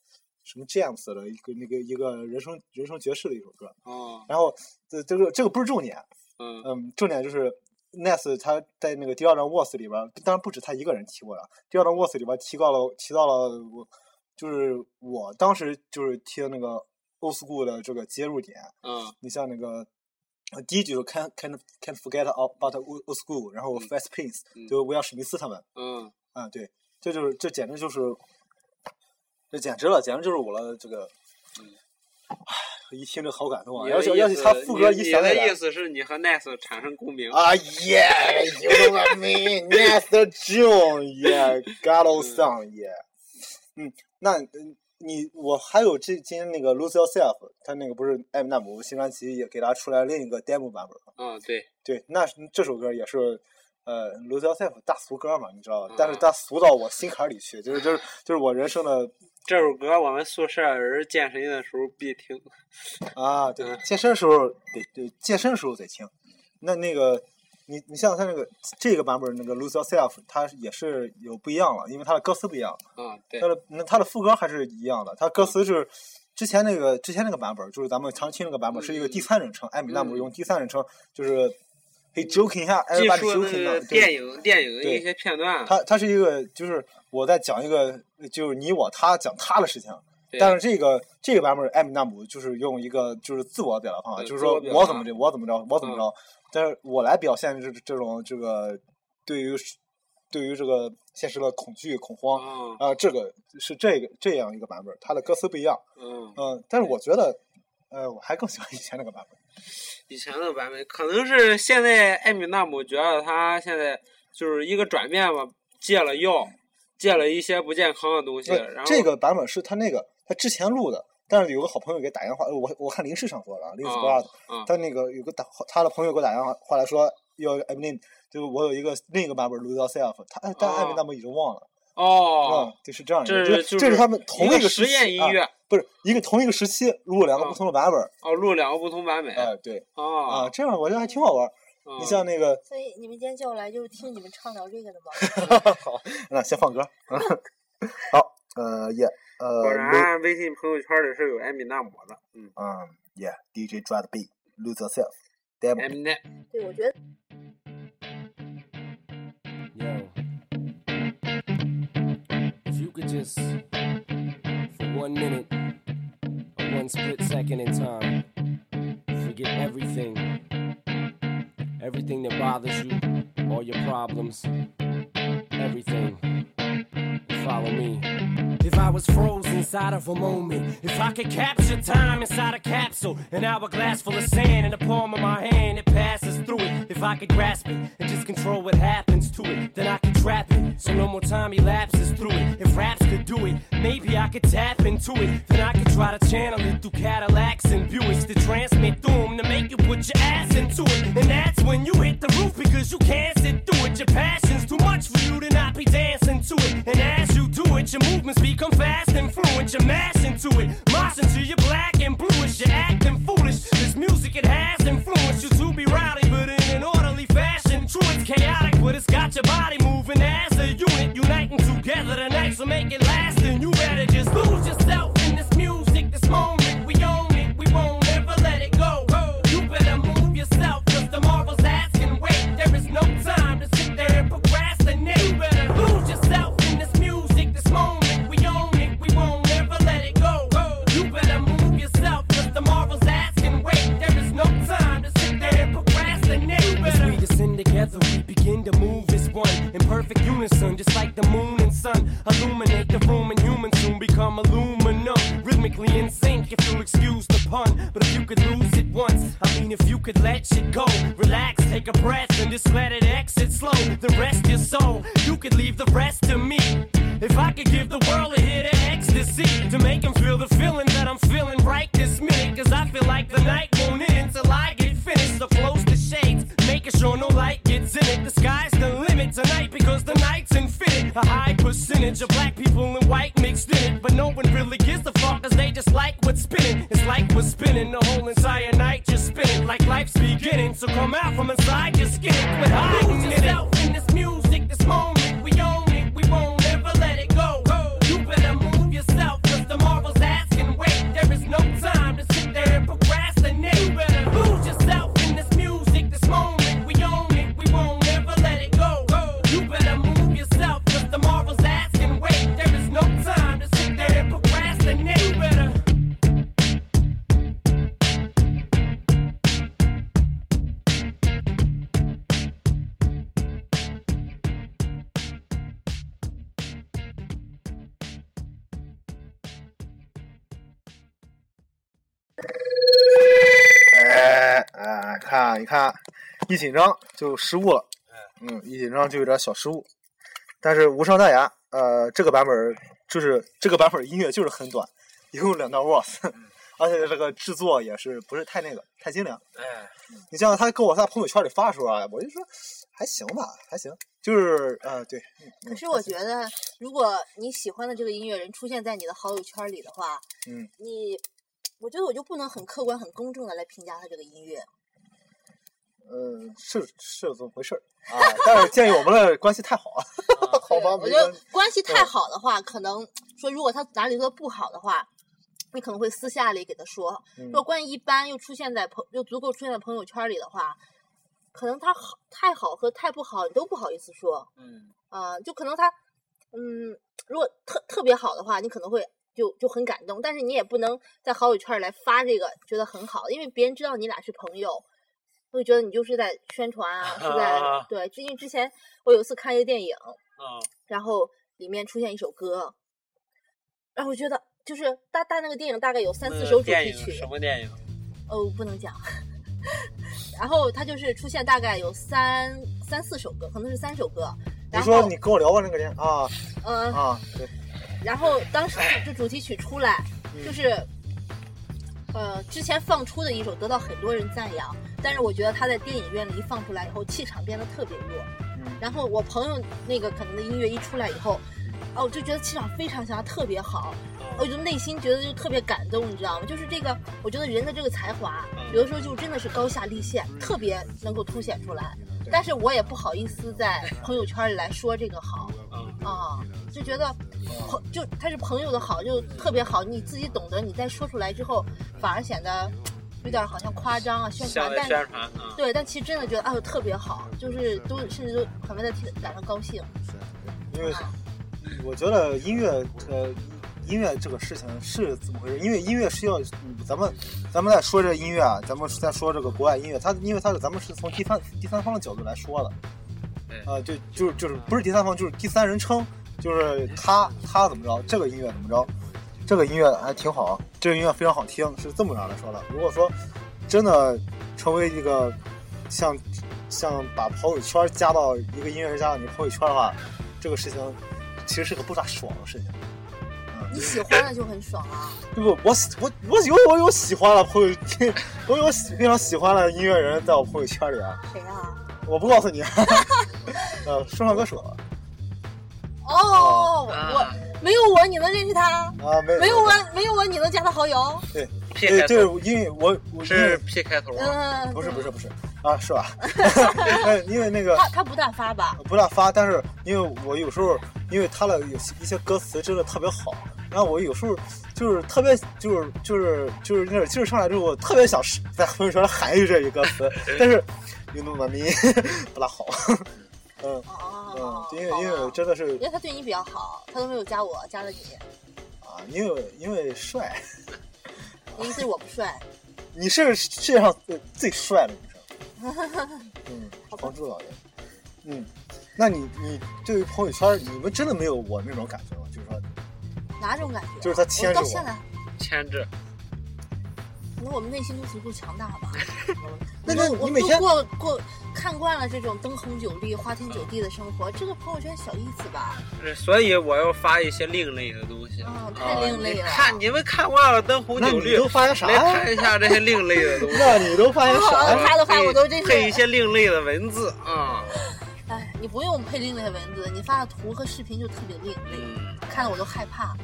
A: 什么 James 的一个那个一个人生人生爵士的一首歌。
B: 哦，
A: 然后这这个这个不是重点，
B: 嗯
A: 嗯，重点就是 Ness 他在那个第二段 w o r s 里边儿，当然不止他一个人提过了，第二段 w o r s 里边儿提到了提到了我，就是我当时就是听那个 old school 的这个接入点，
B: 嗯
A: 你像那个。呃第一句是 can't can't can't forget about old old school，然后 Fast Prince，、
B: 嗯
A: 就是威尔史密斯他们，
B: 嗯，
A: 啊、对，这就是这简直就是，这简直了，简直就是我的这个，
B: 嗯
A: 唉一听就好感动啊！
B: 你
A: 而
B: 的
A: 且而
B: 意
A: 且
B: 思
A: 他副歌
B: 你
A: 一
B: 你
A: 想起
B: 的
A: 来
B: 意，思是你和 Nice 产生共鸣，
A: 啊耶，You know what I mean? That's the June, yeah, got
B: *laughs*
A: old song, yeah。嗯，那嗯你我还有这今天那个 Lose Yourself，他那个不是艾米纳姆新专辑也给他出来另一个 demo 版本吗？
B: 嗯，对，
A: 对，那是这首歌也是。呃，卢肖塞夫大俗歌嘛，你知道吧
B: 嗯，
A: 但是他俗到我心坎儿里去，就是就是就是我人生的
B: 这首歌我们宿舍人健身的时候必听，
A: 啊，对
B: 嗯，
A: 健身时候得对健身时候得听。那那个，你你像他那个这个版本那个 Lose Yourself，它也是有不一样了，因为它的歌词不一样，
B: 嗯，对
A: 它，的那它的副歌还是一样的，它歌词是之前那个之前那个版本，就是咱们常听那个版本是一个第三人称，艾米纳姆
B: 嗯
A: 用第三人称，就是 he joking 下
B: 记
A: ，everybody
B: 述那
A: joking
B: 个
A: 的，
B: 电
A: 对，
B: 影电影的一些片段，
A: 他他是一个就是我在讲一个就是你我他讲他的事情，
B: 对
A: 但是这个这个版本艾米纳姆就是用一个就是自我表达方法，
B: 对
A: 就是
B: 自
A: 说
B: 我表达嗯
A: 我怎么着我怎么着我怎么着，但是我来表现这这种这个对于对于这个现实的恐惧恐慌
B: 嗯
A: 啊、这个是这个这样一个版本，它的歌词不一样，
B: 嗯，
A: 嗯、但是我觉得呃我还更喜欢以前那个版本，
B: 以前的版本可能是现在艾米纳姆觉得他现在就是一个转变吧，戒了药，戒了一些不健康的东西，
A: 对
B: 然后
A: 呃这个版本是他那个他之前录的，但是有个好朋友给打电话，呃我我看林氏上说的啊，林子博尔的，
B: 啊
A: 他那个有个打他的朋友给我打电话话来说要艾米纳，就是我有一个另一个版本 Lose Yourself，他哎但艾米纳姆已经忘了，
B: 哦
A: 嗯，，就是这样一个，
B: 这
A: 就是
B: 就是
A: 这是他们同
B: 一
A: 个时
B: 实
A: 期
B: 验音乐
A: 啊，不是一个同一个时期录了两个
B: 嗯
A: 不同的版本，
B: 哦，录两个不同版本
A: 哎对啊，
B: 哦，
A: 这样我觉得还挺好玩。
B: 嗯
A: 你像那
B: *laughs*
A: 个，
F: 所以你们今天叫我来就是听你们倡导这个的吗？
A: 好，那先放歌，好，呃也呃
B: 果
A: Lose-
B: 然微信朋友圈里是有艾米纳姆的，嗯，
A: Um, yeah, DJ Drive the beat, lose yourself, damn
B: 艾
A: it.
B: 米纳。
F: 对，我觉得
G: Yo. If you could just, for one minute, or one split second in time, forget everything. Everything that bothers you, all your problems, everything. And Follow me. If I was froze inside of a moment, if I could capture time inside a capsule, an hourglass full of sand in the palm of my hand, it passes through it. If I could grasp it and just control what happens to it, then I could trap it. So no more time elapses through it. If raps could do it, maybe I could tap into it. Then I could try to channel it through Cadillacs and Buicks to transmit through 'em to make you put your ass into it. And that's when you hit the roof because you can't sit through it. Your passion's too much for you to not be dancing to it. And as you do it, your movements become fast and fluent. You're mashing to it, moshing to your black and bluish. You're acting foolish. This music, it has influenced you to be rowdy, but in an orderly fashion. True, it's chaotic, but it's got your body moving as a unit. Uniting together tonight, so make it last. And you better just lose yourself in this music, this moment. We own it, we won't ever let it go. You better move yourself, cause tomorrow's asking. Wait, there is no time to sit there and procrastinate. You better lose yourself in this music, this moment. We own it, we won't ever let it go. You better move yourself, cause tomorrow's asking. Wait, there is no time to sit there and procrastinate. You better. As we descend together, we begin to move as one. In perfect unison, just like the moon and sun. Illuminate the room, and humans soon become aluminum. Rhythmically in sync, if you'll excuse the pun. But if you could lose it once, I mean, if you could let shit go, relax, take a breath, and just let it exit slow. The rest your soul, you could leave the rest to me. If I could give the world a hit of ecstasy to make them feel the feeling that I'm feeling right this minute, cause I feel like the night won't end till I get finished. So close the shades, making sure no light gets in it. The sky's the limit tonight because the night's infinite. A high percentage of black people and white mixed in it, but no one really gives a fuck cause they just like what's spinning. It's like what's spinning, the whole entire night just spinning like life's beginning. So come out from inside your skin, quit hiding Lose yourself in this music, this moment we own it, we won't ever let it go. You better move yourself, cause tomorrow's asking. Wait, there is no time to sit there and procrastinate. You better lose yourself in this music, this moment. We own it, we won't ever let it go. You better move yourself, cause tomorrow's asking. Wait, there is no time to sit there and procrastinate. You better.
A: 哎哎，看一看，一紧张就失误了，嗯，一紧张就有点小失误，但是无伤大雅。呃，这个版本儿就是这个版本儿音乐就是很短，一共两段 verse，而且这个制作也是不是太那个太精良。
B: 哎，
A: 你像他给我在朋友圈里发的时候啊，我就说还行吧，还行，就是呃对，
F: 可是嗯我觉得，如果你喜欢的这个音乐人出现在你的好友圈里的话，
A: 嗯，
F: 你，我觉得我就不能很客观、很公正的来评价他这个音乐。
A: 嗯、是是这么回事儿啊，但是鉴于我们的关系太好，啊了，好
F: 对，
A: 吧，
F: 我
A: 没
F: 觉得
A: 关系。
F: 关系太
A: 嗯
F: 好的话，可能说如果他哪里做的不好的话，你可能会私下里给他说。
A: 嗯
F: 如果关系一般，又出现在朋又足够出现在朋友圈里的话，可能他好太好和太不好，你都不好意思说
A: 嗯
F: 啊、就可能他，嗯，如果特特别好的话，你可能会就就很感动，但是你也不能在好友圈儿来发这个觉得很好，因为别人知道你俩是朋友，会觉得你就是在宣传啊，是在、
A: 啊
F: 对。因为之前我有一次看一个电影，
A: 啊
F: 然后里面出现一首歌，然后我觉得就是大大那个电影大概有三四首主
B: 电
F: 题
B: 影
F: 曲，
B: 什么电影？
F: 哦，不能讲。 *laughs* 然后它就是出现大概有三三四首歌，可能是三首歌。
A: 你
F: 然
A: 说
F: 后
A: 你，跟我聊吧，那个人啊
F: 嗯、
A: 啊，对，嗯
F: 然后当时这主题曲出来，就是，呃，之前放出的一首得到很多人赞扬，但是我觉得他在电影院里一放出来以后，气场变得特别弱。
A: 嗯
F: 然后我朋友那个可能的音乐一出来以后，哦，我就觉得气场非常强，特别好，
B: 嗯
F: 我就内心觉得就特别感动，你知道吗？就是这个，我觉得人的这个才华，
B: 嗯
F: 有的时候就真的是高下立现，特别能够凸显出来。但是我也不好意思在朋友圈里来说这个好
B: 嗯
F: 啊，就觉得朋就他是朋友的好，就特别好，你自己懂得，你再说出来之后，反而显得有点好像夸张啊，宣传
B: 像，在
F: 但
B: 宣传啊。
F: 对，但其实真的觉得哎呦特别好，就是都甚至都很为他替感到高兴。
A: 因为我觉得音乐呃音乐这个事情是怎么回事？因为音乐是要嗯咱们咱们在说这音乐啊，咱们在说这个国外音乐，它因为它是咱们是从第三第三方的角度来说的，
B: 对
A: 啊、就就是就是不是第三方，就是第三人称，就是他他怎么着，这个音乐怎么着，这个音乐还挺好，这个音乐非常好听，是这么样来说的。如果说真的成为一个像像把朋友圈加到一个音乐人加到你的朋友圈的话，这个事情其实是个不咋爽的事情。嗯
F: 你喜欢了就很爽
A: *laughs*
F: 啊！
A: 对不，我喜我我有我有喜欢了朋友，我有喜非 *laughs* 常喜欢的音乐人在我朋友圈里啊，
F: 谁啊？
A: 我不告诉你。 *laughs* 呃，说唱歌手啊、
F: 哦，
B: 啊
F: 我没有我你能认识他？
A: 啊没
F: 没有我没有我你能加他好友？
B: ，P
A: 对
B: 开
A: 对
B: 头，
A: 因为我我因
B: 是
A: 为
B: P 开头啊吗？
F: 嗯，
A: 不是不是不是啊，是
F: *laughs*
A: 吧？ *laughs* 哎因为那个
F: 他他不大发吧？
A: 不大发，但是因为我有时候因为他的有一些歌词真的特别好，然后我有时候就是特别就是就是就是那劲儿上来之后，我特别想是在朋友圈喊一句这一歌词，但
F: *laughs*
A: 是有那么咪不大好。嗯嗯
F: 哦，，
A: 因为因为
F: 好吧
A: 真的是
F: 因为他对你比较好，他都没有加我，加了你。
A: 啊，因为因为帅，
F: 你意思是我不帅？
A: 你是世界上最最帅的女生。
F: *laughs*
A: 嗯，黄猪老爷。嗯，那你你对于朋友圈，你们真的没有我那种感觉吗？就是说，
F: 哪种感觉？啊
A: 就是他牵
F: 我
A: 着
F: 到
A: 我
F: 现在，
B: 牵制，
F: 可能我们内心都足够强大吧。
A: 那
F: 我
A: 那
F: 我
A: 你
F: 们
A: 每
F: 都
A: 天
F: 过过看惯了这种灯红酒绿、花天酒地的生活，这个朋友圈小意思吧？
B: 所以我要发一些另类的东西。
F: 嗯，
B: 啊
F: 太另类
B: 你
F: 了。
B: 看你们看惯了灯红
A: 那
B: 酒
A: 你
B: 绿
A: 都，发些啥
B: 来
A: 呀？
B: 看一下这些另类的东西。
A: *laughs* 那
B: 啊
A: 你都发些啥 *laughs* 呀？
F: 他的话我都真是
B: 配一些另类的文字啊。
F: 哎，你不用配另类文字，你发的图和视频就特别另类，
B: 嗯，
F: 看得我都害怕。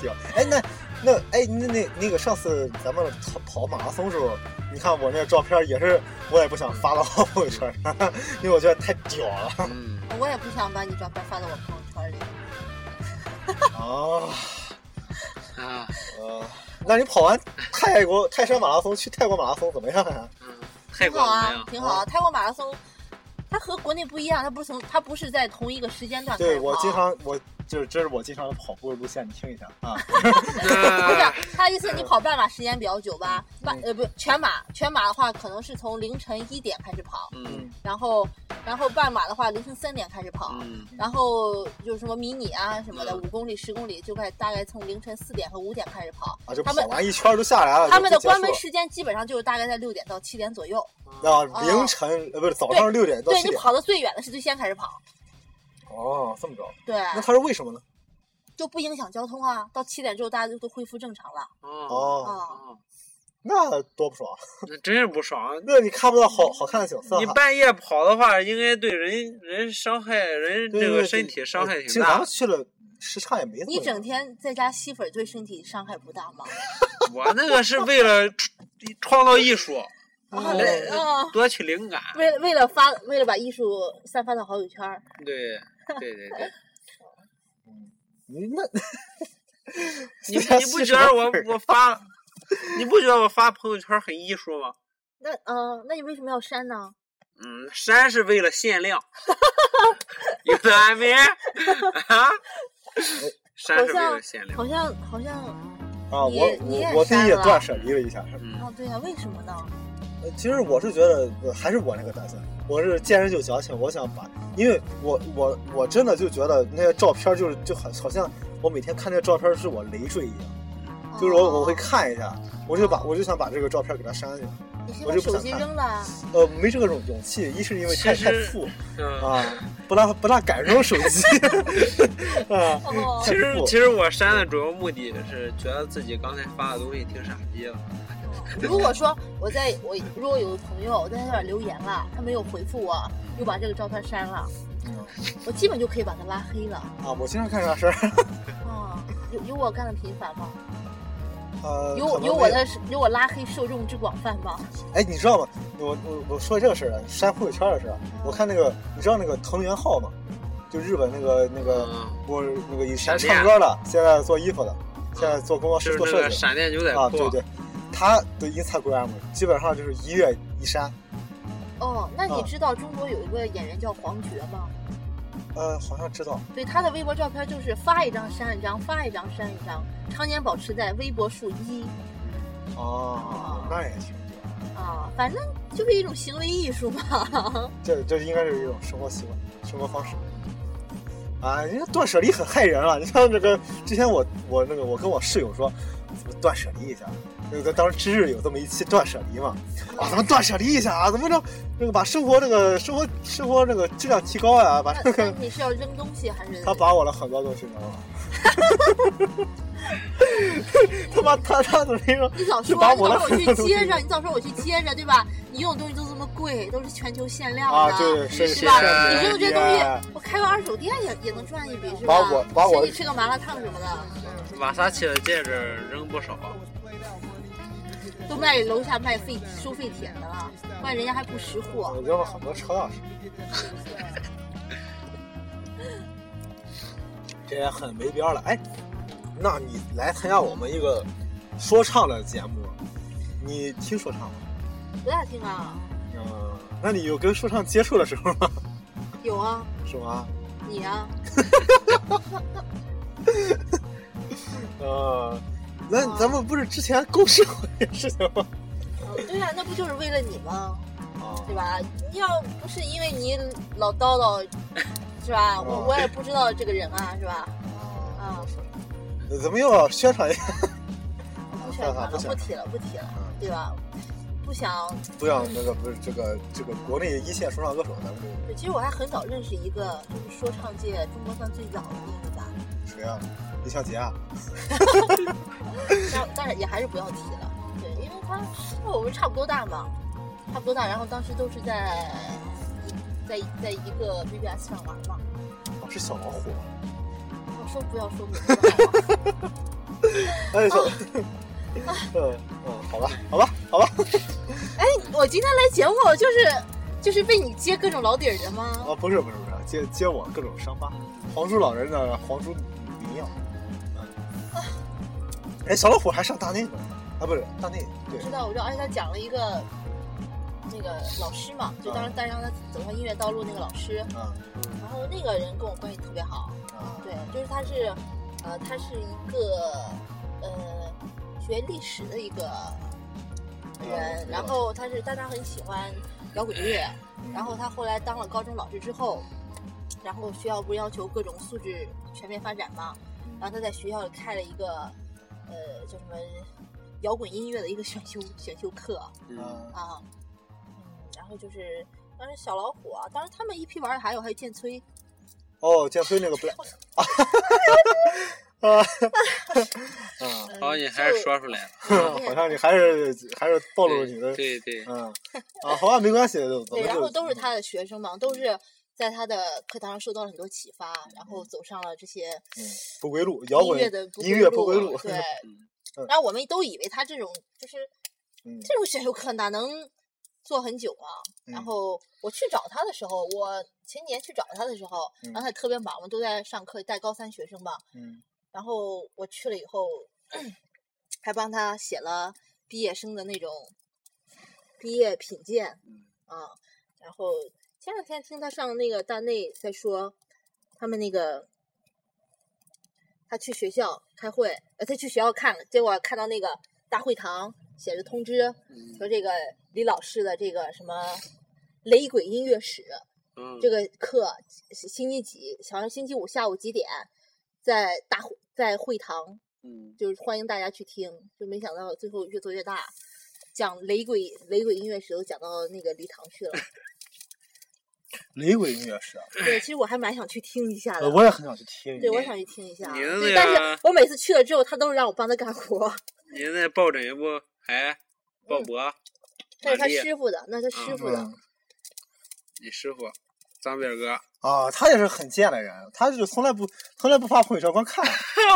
A: 屌哎，那那哎，那那那个上次咱们跑跑马拉松时候，你看我那照片也是，我也不想发到朋友圈上，因为我觉得太屌 *laughs* 了。
B: 嗯
F: 我也不想把你照片发到我朋友圈里。
A: 啊，
B: 啊，
A: *laughs* 呃，那你跑完泰国泰山马拉松，去泰国马拉松怎么样啊呀？
B: 嗯，泰
F: 挺
B: 国
F: 好
B: 怎么
F: 啊
B: 样，？
F: 挺好啊。泰国马拉松，它和国内不一样，它不是从它不是在同一个时间段开
A: 对
F: 啊跑
A: 我经常我就是这是我经常跑步的路线，你听一下啊。
F: 不是
B: 那，
F: 他意思你跑半马时间比较久吧？
A: 嗯
F: 半呃不全马，全马的话可能是从凌晨一点开始跑，
B: 嗯
F: 然后然后半马的话凌晨三点开始跑，
B: 嗯
F: 然后就是什么迷你啊什么的，
B: 嗯
F: 五公里、十公里就快大概从凌晨四点和五点开始跑
A: 啊，就。
F: 他
A: 跑
F: 们
A: 完一圈儿就下来了。
F: 他们的
A: 啊就结束
F: 关门
A: 了
F: 时间基本上就是大概在六点到七点左右。
A: 啊，
F: 哦
A: 凌晨呃不是早上六点到
F: 对
A: 七
F: 你
A: 点。
F: 跑的最远的是最先开始跑，
A: 哦，这么着，
F: 对，
A: 那他是为什么呢？
F: 就不影响交通啊。到七点之后大家就都恢复正常了。
B: 哦，
A: 哦，
F: 啊，
B: 哦
A: 那多不爽！
B: 那真是不爽。啊
A: 那你看不到好好看的景色
B: 你
A: 哈，
B: 半夜跑的话，应该对人人伤害人
A: 对
B: 这
A: 对
B: 个
A: 对
B: 身体伤害
A: 其实
B: 挺
A: 咱
B: 大
A: 们。去了时差也没多
F: 你
A: 久
F: 整天在家吸粉对身体伤害不大吗？
B: 我那个是为了创创造艺术，
A: 嗯
F: 啊
B: 来
F: 啊。
B: 夺取灵感。
F: 为了为了发为了把艺术散发到好友圈儿，
B: 对对对
A: *laughs*
B: 对，
A: 你那 *laughs*
B: 你你不觉得我我发，你不觉得我发朋友圈很艺术吗？
F: 那嗯、呃那你为什么要删呢？
B: 嗯，删是为了限量，有的安
A: *laughs*
B: 没？啊，删
F: 好
B: 是为了
F: 像
B: 限量。
F: 好像好像
A: 啊，
F: 你
A: 我
F: 你也
A: 我我自己
F: 删
A: 也
F: 了
A: 断舍离了一下。
B: 嗯
F: 哦，对呀、为什么呢？
A: 呃其实我是觉得呃还是我那个打算，我是见人就矫情，我想把，因为我我我真的就觉得那些照片就是就好好像我每天看那个照片是我累赘一样，就是我我会看一下，我就把我就想把这个照片给它删去，
F: 哦，你先
A: 我
F: 把
A: 就不
F: 手
A: 想
F: 机
A: 看
F: 扔
A: *laughs*
F: 啊了，
A: 呃，没这个勇勇气，一是因为太
B: 其实
A: 太富
B: 嗯，
A: 啊，不大不大敢扔手
B: *laughs*
A: 机啊，
F: 哦
B: 其实
A: 太富
B: 其实我删的主要目的是觉得自己刚才发的东西挺傻逼的。
A: 哦
F: 如果说我在我如果有个朋友我在他那儿留言了，他没有回复我，又把这个照片删了，
A: 嗯
F: 我基本就可以把他拉黑了。
A: 啊，我经常干啥事儿，
F: 啊，有有我干的频繁吗？
A: 呃，
F: 有
A: 可
F: 我
A: 能
F: 有
A: 没
F: 我的有我拉黑受众之广泛吗？
A: 哎，你知道吗？我我我说这个事儿啊，删朋友圈的事儿啊，我看那个，你知道那个藤原浩吗？就日本那个那个，
B: 嗯，
A: 我那个以前
B: 闪电
A: 唱歌的，现在做衣服的，现在做工作
B: 就
A: 室
B: 是
A: 做
B: 那
A: 设
B: 个
A: 计
B: 闪电牛仔
A: 的啊，对
B: 裤，
A: 对，他的 Instagram 基本上就是一月一删，
F: 哦，那你
A: 啊
F: 知道中国有一个演员叫黄觉吗？
A: 呃，好像知道，
F: 对，他的微博照片就是发一张删一张，发一张删一张，常年保持在微博数一
A: 哦，那也行，
F: 啊，反正就是一种行为艺术
A: *laughs*
F: 嘛。
A: 这这应该是一种生活习惯、生活方式。啊，人家断舍离很害人啊！你像这个，之前我我那个我跟我室友说，怎么断舍离一下？那个当时知识有这么一期断舍离嘛，啊，咱们断舍离一下啊，怎么着？那个把生活这个生活生活这个质量提高啊呀、把
F: 那
A: 这个
F: 那你是要扔东西还是？
A: 他把我的很多东西扔了。 *laughs* 他把他他怎么说？
F: 你早
A: 就
F: 说，
A: 把
F: 你
A: 我的
F: 早说我
A: 很多
F: 去
A: *laughs* 东
F: 接
A: 西
F: 着，你早说我去接着，对吧？你用的东西都这么贵，都是全球限量的，
A: 啊，对，是
F: 是
A: 是
F: 吧？
B: 是
F: 你
B: 是
F: 扔的这些东西，我开个二手店也也能赚一笔，是吧？
A: 把我把我
F: 请你吃个麻辣烫什么的，
B: 瓦萨奇的戒指扔不少。
F: 都卖给楼下卖废收废铁的了，不然人家还不识货
A: 我。扔了很多车钥匙，这也很没边儿了。哎，那你来参加我们一个说唱的节目，你听说唱吗？
F: 不大听啊，
A: 嗯，那你有跟说唱接触的时候吗？ *laughs*
F: 有啊，
A: 是吗？
F: 你啊，
A: 呃，那咱们不是之前共事过这个事情吗？
F: 嗯对呀、那不就是为了你吗？
A: 啊
F: 对吧？你要不是因为你老叨叨，是吧？我我也不知道这个人啊，是吧？啊，
A: 呃咱们又要宣传一下，
F: 不宣传了，
A: 不宣传
F: 不提了，不提了，对吧？不想
A: 不要那个不是这个这个国内一线说唱歌手，咱们
F: 对，其实我还很早认识一个，就是说唱界中国算最早的那个吧，
A: 这谁啊？李小杰啊？
F: 但但是也还是不要提了，对，因为他因为我们差不多大嘛，差不多大，然后当时都是在在在一个 BBS 上玩嘛，
A: 哦是小老虎啊。
F: 我说不要说名字，
A: 哎，
F: 哦
A: 走。 *laughs* 嗯嗯，好吧，好吧，好吧。
F: 哎， *laughs* 我今天来节目就是就是被你揭各种老底儿的吗？
A: 啊，不是不是不是，接接我各种伤疤。黄叔老人的黄叔灵药。嗯。哎，小老虎还上大内呢。啊，不是大内，对
F: 我知道，我知道，而且他讲了一个那个老师嘛，就当时带让他走上音乐道路那个老师，
A: 啊
F: 然后那个人跟我关系特别好。
A: 啊
F: 对，就是他是，呃，他是一个呃学历史的一个
A: 嗯
F: 人，然后他是大家很喜欢摇滚乐，然后他后来当了高中老师之后，然后学校不是要求各种素质全面发展嘛，然后他在学校里开了一个呃叫什么摇滚音乐的一个选修选修课，
A: 啊
F: 啊，嗯，然后就是当时小老虎啊，当时他们一批玩的还有还有剑崔，
A: 哦，建飞那个
F: *laughs*
A: 不赖。啊啊。
F: 嗯
B: 好，你还是说出来了。
A: 嗯好像你还是还是暴露了你的，
B: 对对，
A: 嗯，啊，好吧，没关系，我
F: 对，
A: 们
F: 然
A: 就嗯
F: 后都是他的学生嘛，都是在他的课堂上受到了很多启发，然后走上了这些
A: 不归路，嗯摇
F: 音
A: 滚
F: 乐的不
A: 音乐不
F: 不
A: 归路， *laughs*
F: 对
A: 嗯，
F: 然后我们都以为他这种就是
A: 嗯
F: 这种选修课哪能做很久啊？然
A: 嗯
F: 后我去找他的时候，我前年去找他的时候，然后他也特别忙，我们都在上课，带高三学生嘛，
A: 嗯，
F: 然后我去了以后，还帮他写了毕业生的那种毕业品鉴啊。然后前两天听他上那个大内在说，他们那个他去学校开会，呃，他去学校看了，结果看到那个大会堂写着通知，说这个李老师的这个什么雷鬼音乐史，
B: 嗯，
F: 这个课星星期几，好像星期五下午几点，在大会在会堂，
B: 嗯
F: 就是欢迎大家去听。就没想到最后越做越大，讲雷鬼雷鬼音乐史都讲到那个礼堂去了。
A: 雷鬼音乐史啊，
F: 对，其实我还蛮想去听一下
A: 呃
F: 的。
A: 我也很想去听一
F: 对，
A: 听。
F: 我想去听一下。啊
B: 你的
F: 对，
B: 那
F: 但
B: 个
F: 是我每次去了之后，他都是让我帮他干活，
B: 你那抱枕不还鲍勃，
F: 那是他
B: 玛丽
F: 师傅的，那是他师傅的。
A: 嗯
B: 你师傅张表哥，
A: 啊，他也是很贱的人，他就从来不从来不发朋友圈，光看。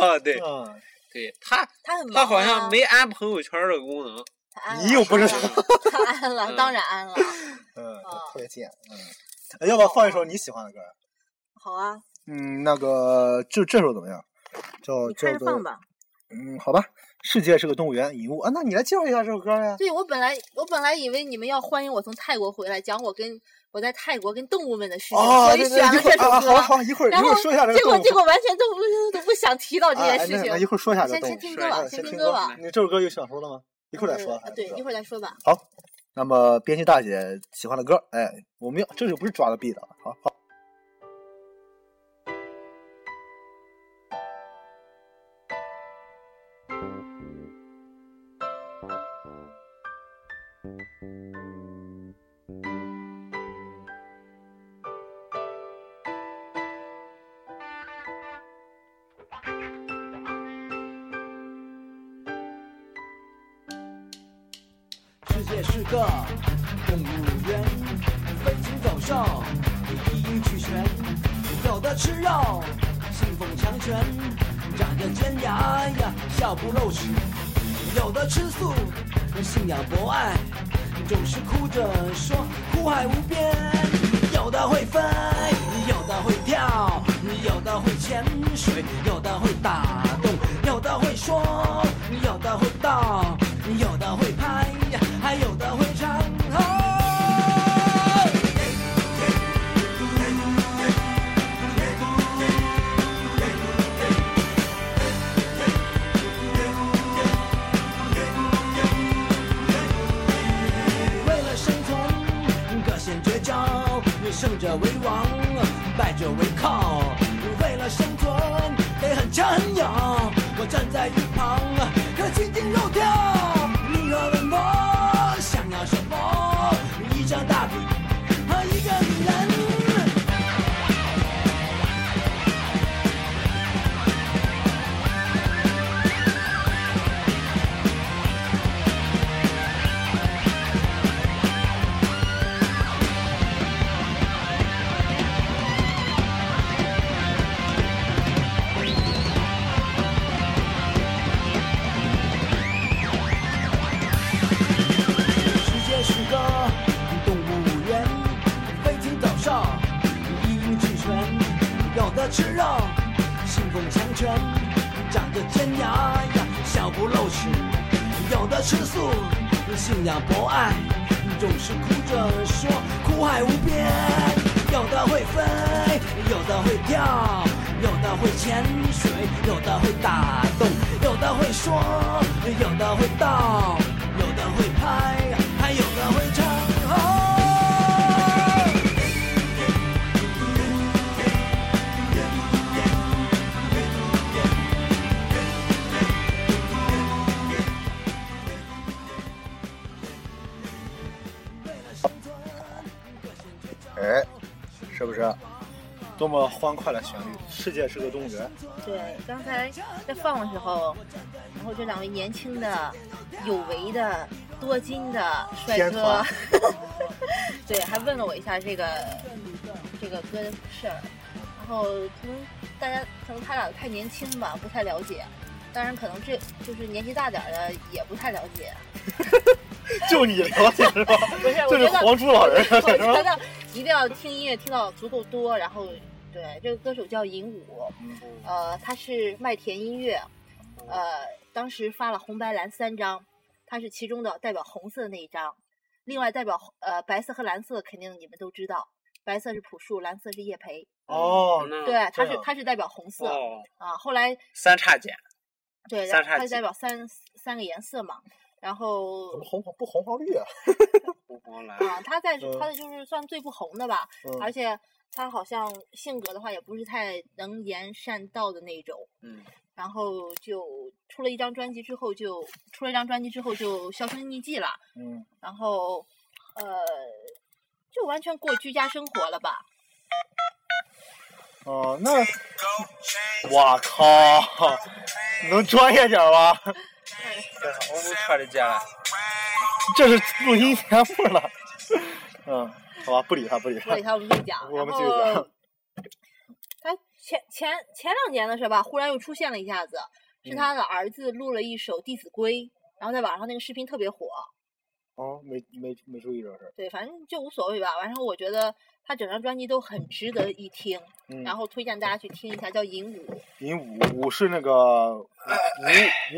B: 哦对
A: 嗯，
B: 对，他
F: 他很忙、
B: 他
F: 啊，
B: 好像没安朋友圈的功能，
F: 他安了。
A: 你又不是
F: 他安了他安了，当然安了。
A: 嗯
F: 啊，
A: 特别贱。嗯，哎要不要放一首你喜欢的歌？
F: 好啊，
A: 嗯，那个这这首怎么样？叫
F: 你
A: 叫
F: 看着
A: 做
F: 放吧。
A: 嗯，好吧，世界是个动物园，引物啊，那你来介绍一下这首歌呀？
F: 对，我本来我本来以为你们要欢迎我从泰国回来，讲我跟我在泰国跟动物们的事情，
A: 哦，
F: 所
A: 对
F: 以
A: 对，
F: 选
A: 一
F: 了
A: 会
F: 这
A: 儿
F: 首
A: 啊，
F: 歌。
A: 好好，一会儿一
F: 然
A: 会
F: 后
A: 儿说一下这个
F: 结
A: 动
F: 果
A: 物。
F: 结果完全都不都不想提到这件
A: 哎
F: 事
A: 那
F: 情。
A: 那一会儿说一下这个
F: 先
A: 动物
F: 先。听歌
B: 说
F: 吧，
B: 一下
A: 先
F: 听
A: 听
F: 歌
A: 歌嗯
F: 吧。
A: 你这首歌有想说的吗？一会儿再
F: 嗯
A: 说。啊还是
F: 对，
A: 吧
F: 一会儿再说吧。
A: 好，那么编辑大姐喜欢的歌，哎，我们要这首不是抓的 B 的，好好。
G: 世界是个动物园，飞禽走兽你一应俱全，有的吃肉，信奉强权，长着尖牙呀，笑不露齿；有的吃素，信仰博爱，总是哭着说苦海无边。有的会飞，有的会跳，有的会潜水，有的会打洞，有的会说，有的会道，有的会拍，还有的会唱。哦为了生存，各显绝招，胜者为王，败者为靠。为了生存，得很强很勇。我站在一旁，可心惊肉跳。你和问我想要什么？一张大饼和一个女人。世界是个动物园，飞禽走兽一应俱全，有的吃肉，信奉强权，长着尖牙呀，笑不露齿；有的吃素，信仰博爱，总是哭着说苦海无边。有的会飞，有的会跳，有的会潜水，有的会打洞，有的会说，有的会道，有的会拍，还有的会唱。哦
A: 哎，是不是？多么欢快的旋律！世界是个动物 *laughs* 园，
F: 对，刚才在放的时候，然后这两位年轻的、有为的、多金的帅
A: 天
F: 哥
A: 团，
F: *laughs* 对，还问了我一下这个这个歌的事儿。然后可能大家可能他俩太年轻吧，不太了解。当然，可能这就是年纪大点儿的也不太了解。
A: 就你了解是 *laughs* 吧？
F: 不是，
A: 这
F: 我
A: 是
F: 觉得
A: 黄猪老 *laughs* 人啊是
F: 我
A: 吧？
F: 觉得一定要听音乐听到足够多，然后对这个歌手叫尹武，呃，他是麦田音乐，呃，当时发了红白蓝三张，他是其中的代表红色的那一张，另外代表呃白色和蓝色肯定你们都知道，白色是朴树，蓝色是叶培，
A: 哦，
B: 那
F: 对，他
A: 这
F: 是
A: 样
F: 他是代表红色
B: 嗯哦，
F: 啊。后来
B: 三叉戟，
F: 对，
B: 三
F: 然后
B: 叉
F: 它是
B: 戟
F: 代表三三个颜色嘛。然后
A: 怎么红黄不红黄绿啊？
B: 红黄蓝，
F: 啊，他在
A: 嗯
F: 他的就是算最不红的吧，而
A: 嗯，
F: 且他好像性格的话也不是太能言善道的那种。
B: 嗯，
F: 然后就出了一张专辑之后就出了一张专辑之后就销声匿迹了，
A: 嗯，
F: 然后呃就完全过居家生活了吧。
A: 哦，那，我靠， *laughs* 能专业点儿吗？
B: 这是红车的接了，
A: *laughs* 这是录音节目了。 *laughs* 嗯，好吧，不理他，不理
F: 我
A: 他，
F: 给。他们自己讲
A: *laughs* 我
F: 然
A: 们自己讲
F: 后他前前前两年的事吧，忽然又出现了一下子，是
A: 嗯
F: 他的儿子录了一首《弟子规》，然后在网上那个视频特别火，
A: 哦，没没没注意这事儿。
F: 对，反正就无所谓吧。然后我觉得他整张专辑都很值得一听，
A: 嗯，
F: 然后推荐大家去听一下，叫《银武》
A: 您武武是那个吴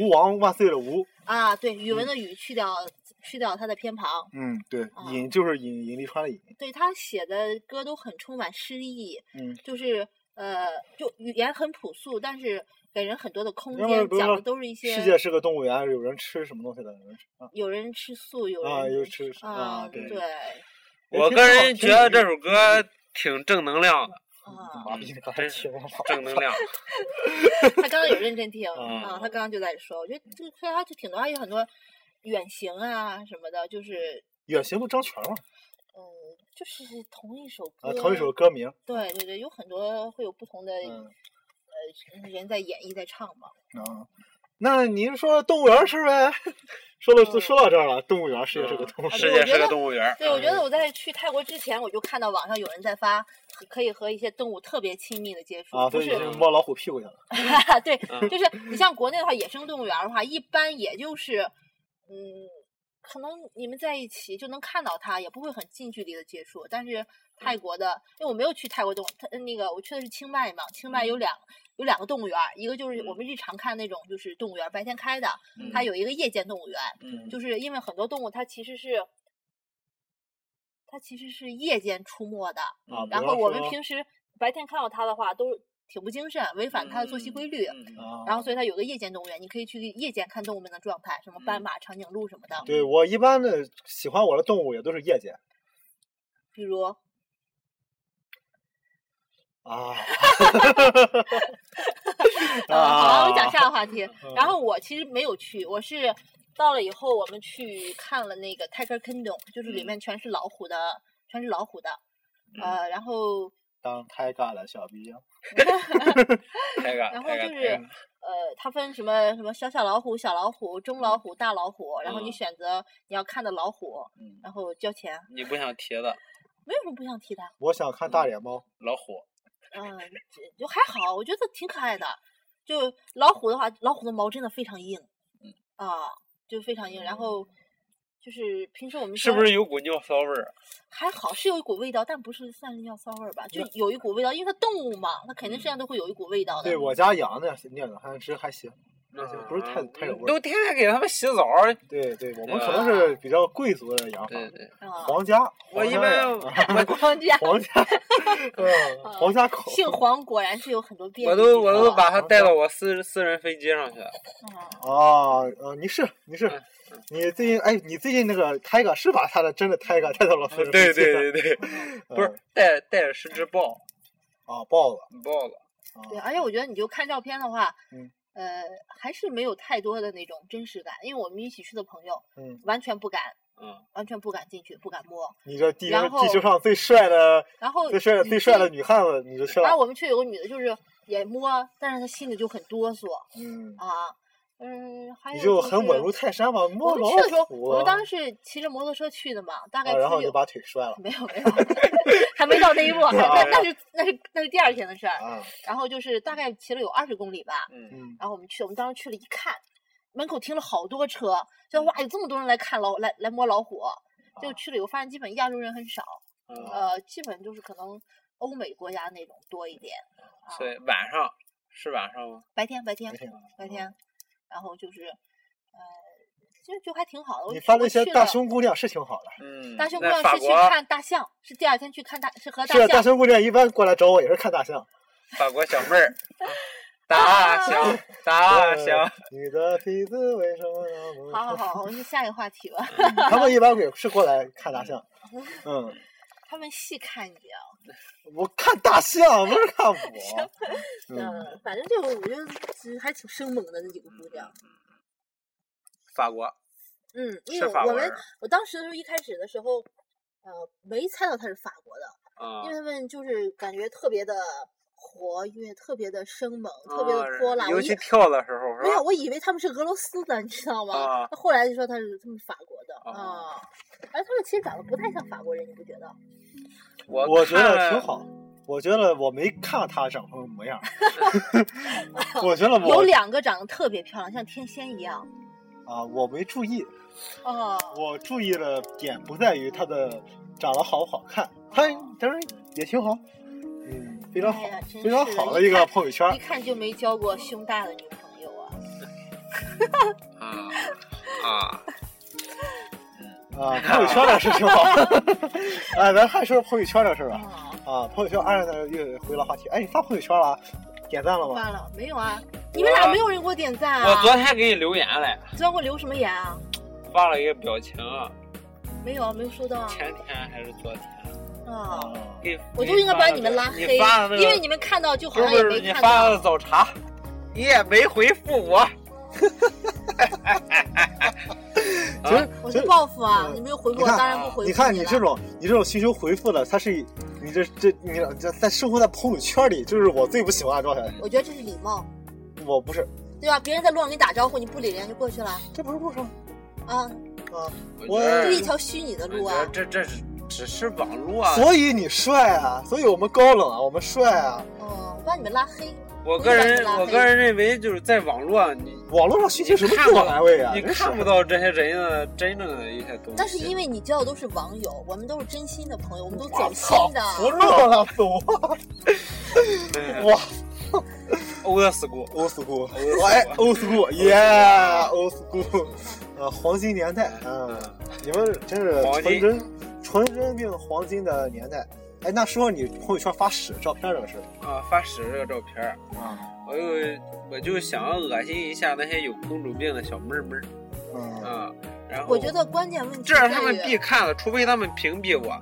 A: 吴王万岁的吴。
F: 啊，对，语文的语去掉去掉它的偏旁，
A: 嗯，对
F: 啊，
A: 引就是引引力川的引。
F: 对他写的歌都很充满诗意，
A: 嗯，
F: 就是呃，就语言很朴素，但是给人很多的空
A: 要不
F: 间，
A: 比如
F: 讲
A: 说
F: 的都是一些
A: 世界是个动物园，有人吃什么东西的？有人吃啊
F: 有人吃素，有人
A: 啊，有吃
F: 啊，
A: 对。哎
F: 对
B: 我个人觉得这首歌
A: 嗯
B: 挺正能量的，
F: 啊，
A: 妈逼，你刚才听了吗？
B: 正
A: *laughs*
B: 能量，
F: 他刚刚有认真听
A: 嗯
F: 啊，他刚刚就在说，我觉得这所以他就挺多，还有很多远行啊什么的，就是
A: 远行不张全吗？
F: 嗯，就是同一首歌，
A: 啊，同一首，歌名。
F: 对对对，有很多会有不同的
A: 嗯
F: 呃人在演绎在唱嘛，
A: 啊，那您说动物园儿是呗？ *laughs* 说了都
F: 嗯
A: 说到这儿了，动物园儿世界是个动物园
B: 嗯世
A: 儿。
B: 界是个动物园，
F: 对，我
A: 哎
F: 觉得我在去泰国之前，我就看到网上有人在发和可以和一些动物特别亲密的接触，
A: 啊，
F: 不
A: 所以
F: 是
A: 你是摸老虎屁股去了。
F: *laughs* 对，
B: 嗯
F: 就是你像国内的话，野生动物园儿的话，一般也就是嗯，可能你们在一起就能看到它，也不会很近距离的接触。但是
B: 嗯
F: 泰国的，因为我没有去泰国动，它呃那个我去的是清迈嘛，清迈
B: 嗯
F: 有两。有两个动物园儿，一个就是我们日常看那种，就是动物园儿白天开的，它有一个夜间动物园，
B: 嗯
F: 就是因为很多动物它其实是，它其实是夜间出没的。
A: 啊，比
F: 嗯然
A: 方
F: 后我们
A: 说
F: 平时白天看到它的话，都挺不精神，违反它的作息规律。
B: 嗯
A: 啊，
F: 然后所以它有个夜间动物园，你可以去夜间看动物们的状态，什么斑
B: 嗯
F: 马、长颈鹿什么的。
A: 对我一般的喜欢我的动物也都是夜间
F: 比如，
A: 啊 *laughs*
F: 呃，好了，我讲
A: 啊
F: 下个话题。
B: 嗯
F: 然后我其实没有去，我是到了以后，我们去看了那个 Tiger Kingdom，就是里
B: 嗯
F: 面全是老虎的，全是老虎的。呃，然后
A: 当太干了小兵， *laughs*
B: 开个，
F: 然后
B: 开个
F: 就，是呃，它分什么什么小小老虎、小老虎、中老虎、大老虎，然后你
B: 嗯
F: 选择你要看的老虎，
B: 嗯
F: 然后交钱，
B: 你不想提的
F: 没有什么不想提的，
A: 我想看
B: 嗯
A: 大脸猫。
B: 老虎，
F: 嗯，这就还好，我觉得挺可爱的。就老虎的话，老虎的毛真的非常硬，
B: 嗯
F: 啊，就非常硬。然后就是平时我们
B: 是
F: 说
B: 不是有股尿骚味儿？
F: 还好是有一股味道，但不是算是尿骚味儿吧，就有一股味道，因为它动物嘛，它肯
B: 嗯
F: 定身上都会有一股味道的。
A: 对我家养的那两三只还行，那行不是太太有味
B: 嗯都
A: 儿。
B: 天天给他们洗澡。
A: 对对，我们可能是比较贵族的养法，
B: 啊对对，
F: 啊，
A: 皇家。
B: 我
A: 皇
B: 一
A: 家
B: 般
A: 养 *laughs*
B: 我
F: 皇家
A: 皇家，嗯，皇家口。
F: 姓黄果然是有很多变
B: 我
F: 异之
B: 都
F: 处
B: 我
F: 啊。
B: 都把他带到我私私人飞机上去了。
F: 啊
A: 啊，呃，你是你是
B: 嗯，
A: 你最近哎，你最近那个 Tiger 是把他的真的 Tiger 带到了飞机
B: 嗯对
A: 上
B: 对
A: *laughs*
B: 对对，不是
A: 嗯
B: 带带着十只豹
A: 啊，豹子
B: 豹子，
F: 对，
A: 啊，
F: 而且我觉得你就看照片的话，
A: 嗯
F: 呃，还是没有太多的那种真实感，因为我们一起去的朋友，
A: 嗯
F: 完全不敢，
B: 嗯，
F: 完全不敢进去，不敢摸。
A: 你这地球
F: 然后
A: 地球上最帅的
F: 然后
A: 最帅的
F: 你
A: 最帅的
F: 去，
A: 女汉子，你就去
F: 然后
A: 了，
F: 我们去有个女的，就是也摸，但是她心里就很哆嗦
A: 嗯，
F: 啊，嗯，还有
A: 你就
F: 就
A: 很
F: 是
A: 稳如泰山吧，摸
F: 我
A: 老
F: 们去的时候，
A: 虎
F: 我
A: 啊
F: 们当时是骑着摩托车去的嘛，大概
A: 啊，然后
F: 出
A: 你
F: 去
A: 就把腿摔了
F: 没有没有， *laughs* 还没到那一
A: *laughs*
F: 步，还那那是那是那是第二天的事儿。
A: 啊，
F: 然后就是大概骑了有二十公里吧，
B: 嗯，
A: 嗯，
F: 然后我们去，我们当时去了一看，门口停了好多车，就哇，有这么多人来看老来来摸老虎，
A: 啊
F: 就去了以后发现基本亚洲人很少，
A: 嗯
B: 哦
F: 呃，基本就是可能欧美国家那种多一点，
B: 所以晚上是晚上吗？
F: 白天白天
A: 白天
F: 白天，然后就是呃，这就还挺好的。我
A: 你发那
F: 我
A: 些
F: 去
A: 大
F: 了
A: 胸姑娘是挺好的，
B: 嗯，
F: 大胸姑
B: 在
F: 娘
B: 法
F: 是去
B: 国，
F: 看大象，是第二天去看啊大，是和
A: 是大
F: 象。
A: 胸姑娘一般过来找我也是看大象。
B: 法国小妹
F: *laughs*
B: 儿，啊大
F: 嗯
B: 象，大象，
A: 你
F: *laughs*
A: 的鼻子为什么那么
F: 啊好好好，我们下一个话题吧。
A: 长？他们一般也是过来看大
F: *laughs*
A: 象。嗯，
F: 他们细看你啊，
A: 我看大象不是看
F: *laughs*
A: 我。嗯，
F: 嗯，反正这个我觉得其实还挺生猛的那几个姑娘。
B: 法国，
F: 嗯，因
B: 是
F: 为
B: 法
F: 我
B: 国
F: 们
B: 人
F: 我当时的时候一开始的时候，呃，没猜到她是法国的，
B: 啊
F: 因为他们就是感觉特别的活跃，特别的生猛，
B: 啊
F: 特别的泼辣。我
B: 尤
F: 一
B: 其跳的时候
F: 没
B: 是啊
F: 有，
B: 吧？
F: 我以为他们是俄罗斯的，你知道吗？
B: 啊
F: 那后来就说他是他们法国的
B: 啊
F: 啊，而他们其实长得不太像法国人，你不觉得？
B: 我
A: 我觉
B: 看
A: 得挺好。我觉得我没看他长什么模
F: *laughs*
A: 样，我觉得
F: 有
A: 我
F: 两个长得特别漂亮，像天仙一样。
A: 啊，我没注意，
F: 哦，
A: 我注意的点不在于他的长得好不好看，他当然也挺好，嗯，非常好
F: 哎呀真，
A: 非常
F: 是
A: 好
F: 的
A: 的
F: 一
A: 一个
F: 看
A: 朋友圈
F: 一。看就没交过胸大的女朋友啊。
B: 啊啊，
A: 啊，朋友圈的事情好。 *laughs* 哎，咱还说朋友圈的事儿吧。
F: 啊，
A: 啊，朋友圈，二呢又回了话题。哎，你发朋友圈了啊？点赞了吗？
F: 发了没有啊？你们俩没有人给我点赞啊？
B: 我昨天给你留言嘞，
F: 昨天给我留什么言啊？
B: 发了一个表情，
F: 没有，啊，没有收到啊。
B: 前天还是昨天，
F: 啊，
B: 给
F: 我就应该把你们拉黑，
B: 你发的那个
F: 因为你们看到就好
B: 不
F: 像也
B: 是
F: 没
B: 你
F: 看
B: 发
F: 到
B: 的。早茶，你也没回复我。
A: 其实
F: 我
A: 其
F: 是
A: 实
F: 报复啊，
A: 嗯
F: 你没有回复
A: 你
F: 我，
A: 看
F: 当然不回复
A: 你看
F: 你
A: 你
F: 了
A: 这种你这种寻求回复的，他是你这这你这在生活在朋友圈里，就是我最不喜欢的状态。
F: 我觉得这是礼貌，
A: 我不是，
F: 对吧？别人在路上跟你打招呼，你不理人家就过去了
A: 这不是路上
F: 啊，
B: 嗯
A: 啊，
B: 我觉
F: 这
B: 得
F: 是一条虚拟的路
B: 我觉
F: 啊
B: 得。这这是只是网络啊。
A: 所以你帅啊，所以我们高冷啊，我们帅啊。
F: 嗯，我把你们拉黑。
B: 我个人
F: 我也把你拉黑
B: 我个人认为就是在网络啊你
A: 网络上寻求什么
B: 看
A: 自
B: 不
A: 我安慰啊？
B: 你
A: 真是
B: 看不到这些人的真正的一些东西。
F: 但是因
B: 为
F: 为你交的都是网友，我们都是真心的朋友，我们都
A: 我
F: 走心
A: 操
F: 的。，
A: 服了，走啊！
B: 啊
A: 哇
B: ，old school，
A: ，old school，
B: Old
A: 哎
B: school
A: ，old school，yeah，old school，呃，黄金年代，嗯，你们真是
B: 黄
A: 纯
B: 金
A: 真、纯真并黄金的年代。哎，那说说你朋友圈发屎照片这个事儿
B: 啊，发屎这个照片儿，
A: 啊，
B: 我又我就想恶心一下那些有公主病的小妹儿妹儿
A: 嗯，
B: 啊，然后
F: 我觉得关键问题
B: 这是
F: 在
B: 他们必
F: 于，
B: 看的，除非他们屏蔽
F: *laughs*
B: 我，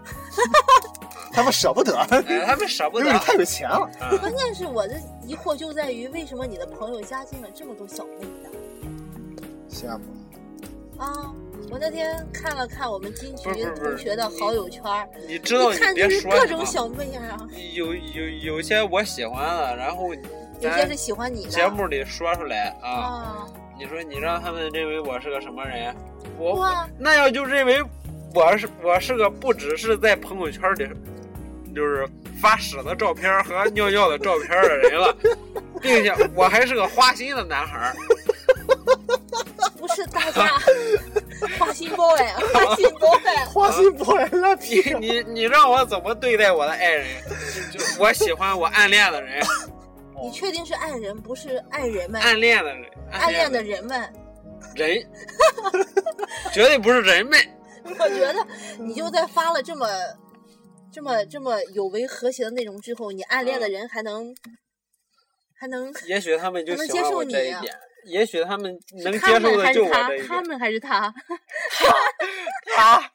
A: 他们舍不得，
B: 哎，他们舍不
A: 因
B: 得
A: 为你太有钱了。
B: 啊，
F: 关键是我的疑惑就在于，为什么你的朋友加进了这么多小妹子
A: 羡慕，
F: 啊？我那天看了看我们金
B: 不
F: 局
B: 是不是不是
F: 同学的好友圈儿，
B: 你知道
F: 一
B: 你
F: 看
B: 别
F: 就是
B: 说
F: 各
B: 什么
F: 种小妹儿啊，
B: 有有有些我喜欢的，然后
F: 有些
B: 咱
F: 是喜欢你的
B: 节目里说出来啊，
F: 啊，
B: 你说你让他们认为我是个什么人，我
F: 哇，
B: 那要就认为我是我是个不只是在朋友圈里就是发屎的照片和尿尿的照片的人了，并且我还是个花心的男孩儿。
F: 不是
B: *laughs*
F: 大家花心 boy，花心 boy，
B: 啊
A: 花心不爱拉
B: 你
A: 皮，
B: 你你让我怎么对待我的爱人？就就我喜欢我暗恋的人，
F: 你确定是爱人不是爱人们？
B: 暗恋的人，
F: 暗恋
B: 的
F: 的人们， *laughs*
B: 人，绝对不是人们。
F: 我觉得你就在发了这么、这么、这么有违和谐的内容之后，你暗恋的
B: 嗯
F: 人还能、还能
B: 也许他们就喜欢我这一
F: 他们接
B: 点，也许他们能
F: 他
B: 接受
F: 们
B: 的
F: 还
B: 就是我
F: 他
B: 这一，
F: 他
B: 点。
F: 们还是他，
B: 他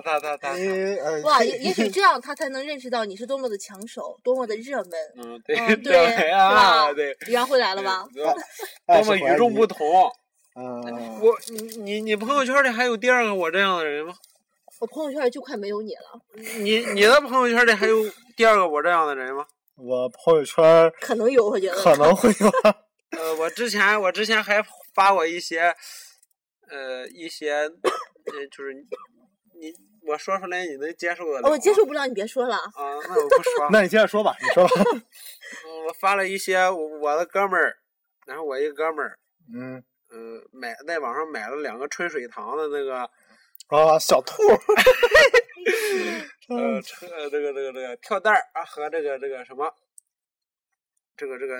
B: 他他他，
F: 嗯
A: 你呃，
F: 哇，
A: 可以
F: 也也许这样他才能认识到你是多么的抢手，多么的热门。
B: 嗯，
F: 嗯，
B: 对啊，
F: 是吧
B: 对，
F: 你让回来
A: *laughs*
F: 了吧？
B: 对？
A: 哎
B: 多么
A: 是怀
B: 与众
A: 疑
B: 不同！啊
A: 嗯，
B: 我你你你朋友圈里还有第二个我这样的人吗？
F: 我朋友圈就快没有你了，
B: 你你的朋友圈里还有第二个我这样的人吗？
A: 我朋友圈
F: 可能有，我觉得
A: 可能会有。
B: 呃，我之前我之前还发过一些，呃，一些，呃，就是你我说出来你能接受的了吗，
F: 哦我接受不了，你别说了。
B: 啊，那我不说
A: *laughs*
B: 了。
A: 那你接着说吧，你说吧。 *laughs*
B: 嗯我发了一些我我的哥们儿，然后我一哥们儿，
A: 嗯，
B: 嗯，买在网上买了两个春水堂的那个
A: 啊，小兔，嗯
B: 呃车呃这个这个这个跳蛋儿啊和这个这个什么，这个这个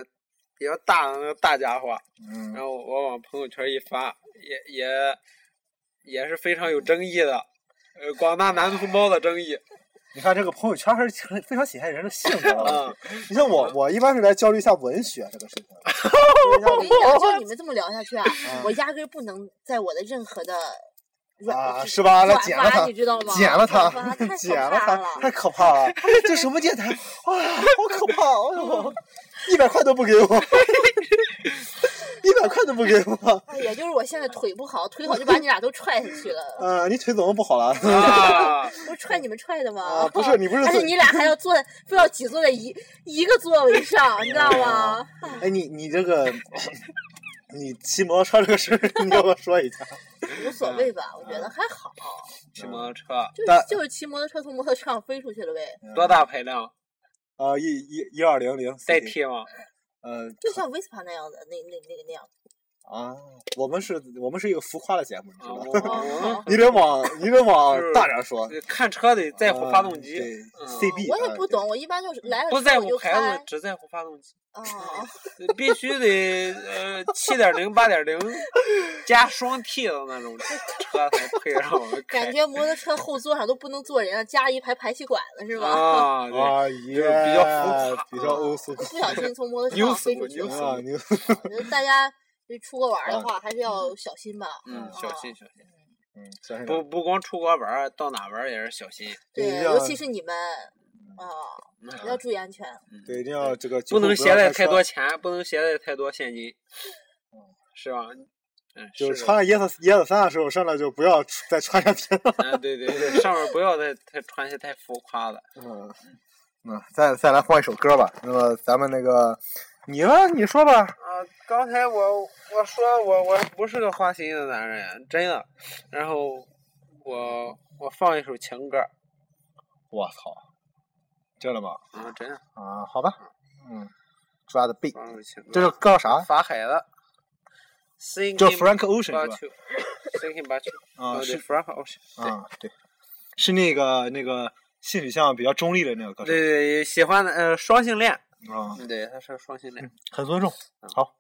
B: 比较大的那个大家伙，
A: 嗯
B: 然后我往朋友圈一发，也也也是非常有争议的，呃，广大男同胞的
A: *laughs*
B: 争议
A: 你看这个朋友圈还是很非常显现人的性格
B: 啊。
A: 的。 *laughs* 你像我，我一般是来交流一下文学这个事情。
F: *laughs* 我跟你讲，就你们这么聊下去啊
A: *laughs* 嗯，
F: 我压根儿不能在我的任何的软
A: 啊，
F: 就是
A: 吧？那
F: 转
A: 剪
F: 发
A: 了它，
F: 你知道吗？
A: 剪了它
F: 转发太，
A: *laughs*
F: 可
A: 剪了
F: 怕
A: 它，太可怕
F: *laughs*
A: 了！这什么电台？哇，好可怕！哎呦，一百块都不给我，
F: *laughs*
A: 一百块都不给我。
F: 哎呀，就是我现在腿不好，腿好就把你俩都踹下去了。
A: 呃，你腿怎么不好
F: *laughs*
A: 了？
B: 啊，
F: 不是踹你们踹的吗？
A: 啊不是你不是
F: *laughs* 而且
A: 最
F: 你俩还要坐，非要挤坐在一一个座位上，你知道吗？
A: 哎，你你这个，你骑摩托车这个事儿，你要不要说一下？
F: 无所谓吧，我觉得还好，
B: 骑摩
A: 嗯
B: 托车
F: 就是
A: 但
F: 就是骑摩托车从摩托车上飞出去了呗，
B: 多
A: 嗯
B: 大排量？
A: 啊，一一一二零零
B: 代替吗？
A: 呃
F: 就像 Vespa 那样的那那那个那样。
A: 啊，我们是我们是一个浮夸的节目，你知
B: 啊，
A: 道
B: 我
A: 吗？*laughs*
F: 哦
B: 我
A: 你得往你得往
B: 就是
A: 大点 *laughs* 说，
B: 们看车得在乎发动
A: 嗯对
B: 机，嗯
A: CB
F: 我也
A: 啊
F: 不懂，我一般就是来了
B: 不
F: 之后
B: 在
F: 我就
B: 乎
F: 开。
B: 牌子，只在乎发动机，
F: 啊，
B: 必须得呃七点零、八点零加双 T 的那种车才配让我们开
F: 感。觉摩托车后座上都不能坐人了，加了一排排气管子是吧？
B: 啊，对，
A: 啊，也
B: 就是比较浮夸
A: 比较欧苏
F: 不小心从摩托车
B: 扭
F: 上
B: 死
F: 飞
B: 我
F: 出去
B: 扭
F: 了
B: 死。啊
A: 啊，你
F: 我觉得大家就出国玩儿的话，还是要小心吧。啊
B: 嗯，小心小心，
A: 嗯，小心点
B: 不不光出国玩儿，到哪玩儿也是小心，
A: 对
F: 对，
A: 要
F: 尤其是你们
B: 嗯
F: 啊，要注意安全。
A: 对，一定要这个
B: 不能
A: 酒
B: 携
A: 后
B: 带
A: 要
B: 太
A: 车
B: 多，钱，不能携带太多现金，是吧？嗯，
A: 就是穿
B: 的
A: 了椰子椰子衫的时候，上来就不要再穿下去了。
B: 嗯，对对对，上面不要再太穿些太浮夸的。
A: 嗯， *laughs* 嗯，再再来换一首歌吧。那么咱们那个，你呢？你说吧。
B: 啊，刚才我我说我我不是个花心的男人，真的。然后我我放一首情歌，
A: 我操，真的吗？
B: 啊，真的
A: 啊，好吧，嗯啊抓的 beat，
B: 放一首情歌。
A: 这首歌叫啥？
B: 法海的，Thinking
A: 叫 Frank Ocean 是
B: about
A: 吧？
B: *laughs* you，Thinking about you，
A: 啊，
B: 哦对
A: 是
B: ，Frank Ocean，对
A: 啊，对，是那个那个性取向比较中立的那个歌手
B: 对对，喜欢的呃双性恋，
A: 啊，
B: 对，他是双性恋。
A: 很尊重。
B: 嗯
A: 好，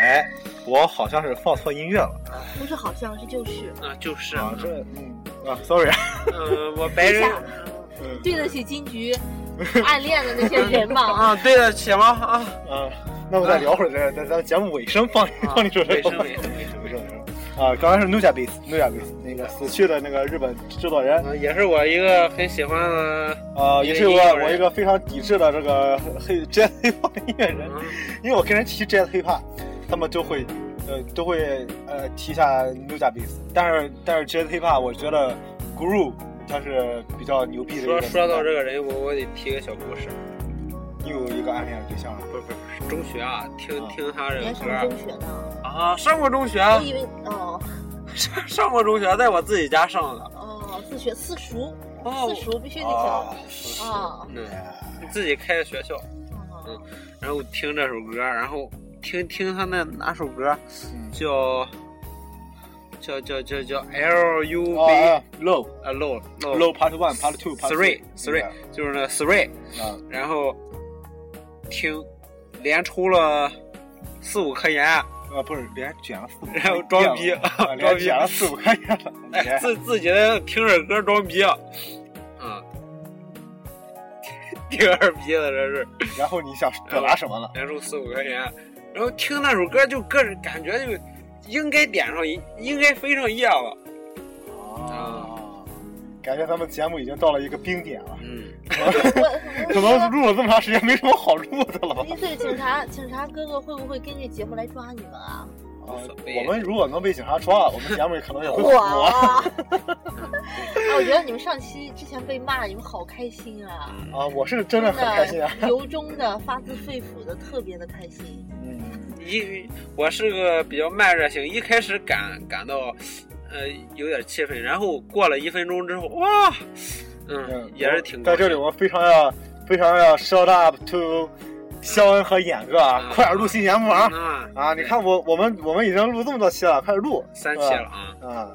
A: 哎，我好像是放错音乐了
F: 不是好像是就是，
B: 啊，就是
A: 啊，这嗯啊，sorry，
B: 嗯，
A: *laughs*
B: 我白人嗯
F: 对得起
B: *laughs*
F: 金桔暗恋的那些人嘛啊。
B: 啊，对得起吗？啊，
A: 啊，那我再聊会儿，再再咱节目尾声放放一首这
B: 尾
A: 首 *laughs*
B: 声尾声尾声
A: 不是啊，刚才是 Nuja Beats Nuja Beats 那个死去的那个日本制作人，
B: 嗯，也是我一个很喜欢的，
A: 啊，
B: 嗯一
A: 也
B: 个
A: 是
B: 音
A: 我
B: 乐人
A: 我一个非常抵制的这个黑 jazz hip hop 音乐
B: 嗯
A: 人，因为我跟人提 jazz hip hop，他们就会呃都会呃提一下 Nuja Beats，但是但是 jazz hip hop 我觉得 Guru 他是比较牛逼的一个
B: 说
A: 人。
B: 说到这个人，我我得提个小故事，
A: 你有一个暗恋的对象了
B: 不是不是，中学啊，听
A: 啊
B: 听他这
F: 你还
B: 个
F: 上
B: 歌
F: 中学呢？
B: 啊，上过中学，
F: 我以为哦
B: 上上过中学，在我自己家上的
F: 哦，自学私塾，
B: 哦
F: 私，塾必须得讲啊。
B: 嗯，你自己开的学校，嗯
F: 哦
B: 然后听这首歌，然后听听他那哪首歌
A: 嗯
B: 叫叫叫叫叫 L U
A: 哦
B: V
A: 哎，Low
B: 啊 low low
A: Low Part One Part Two Part
B: three three
A: 嗯
B: 就是那 three，
A: 啊
B: 然后听连抽了四五颗烟，
A: 啊不是连卷了四五，
B: *laughs* 然后装逼
A: 啊
B: 装
A: 连
B: 逼
A: 卷了四五块钱了，
B: 哎， *laughs* 自自己在那听着歌装逼，啊 *laughs* 嗯，挺二逼的这是，
A: 然后
B: *laughs*
A: 你想表达什么了？
B: 连抽四五颗烟，然后听那首歌就个人感觉就应该点上，应该飞上夜了，
A: 啊，感觉咱们节目已经到了一个冰点
B: *laughs*
A: 了，
B: 嗯，
F: *laughs*
A: 可能录了这么长时间没什么好录的了吧
B: *laughs*
F: 我。哎，对，警察警察哥哥会不会根据节目来抓你
A: *laughs*
F: 们啊？ *laughs*
A: 啊啊我们如果能被警察抓了，我们节目也可能也会火。
F: 啊！哎啊我觉得你们上期之前被骂，你们好开心啊！
A: 啊，我是真的很开心啊。
F: 真的由衷的、发自肺腑的，特别的开心。
A: 嗯，
B: 一我是个比较慢热型，一开始感感到呃有点气愤，然后过了一分钟之后，哇，嗯
A: 嗯，
B: 也是挺
A: 在这里，
B: 高
A: 我非常要非常要 shout out to 肖恩和演哥啊，
B: 嗯
A: 快点录新节目啊
B: 兴的啊
A: 啊！你看我我们我们已经录这么多期了，开始录
B: 三期了啊，
A: 啊。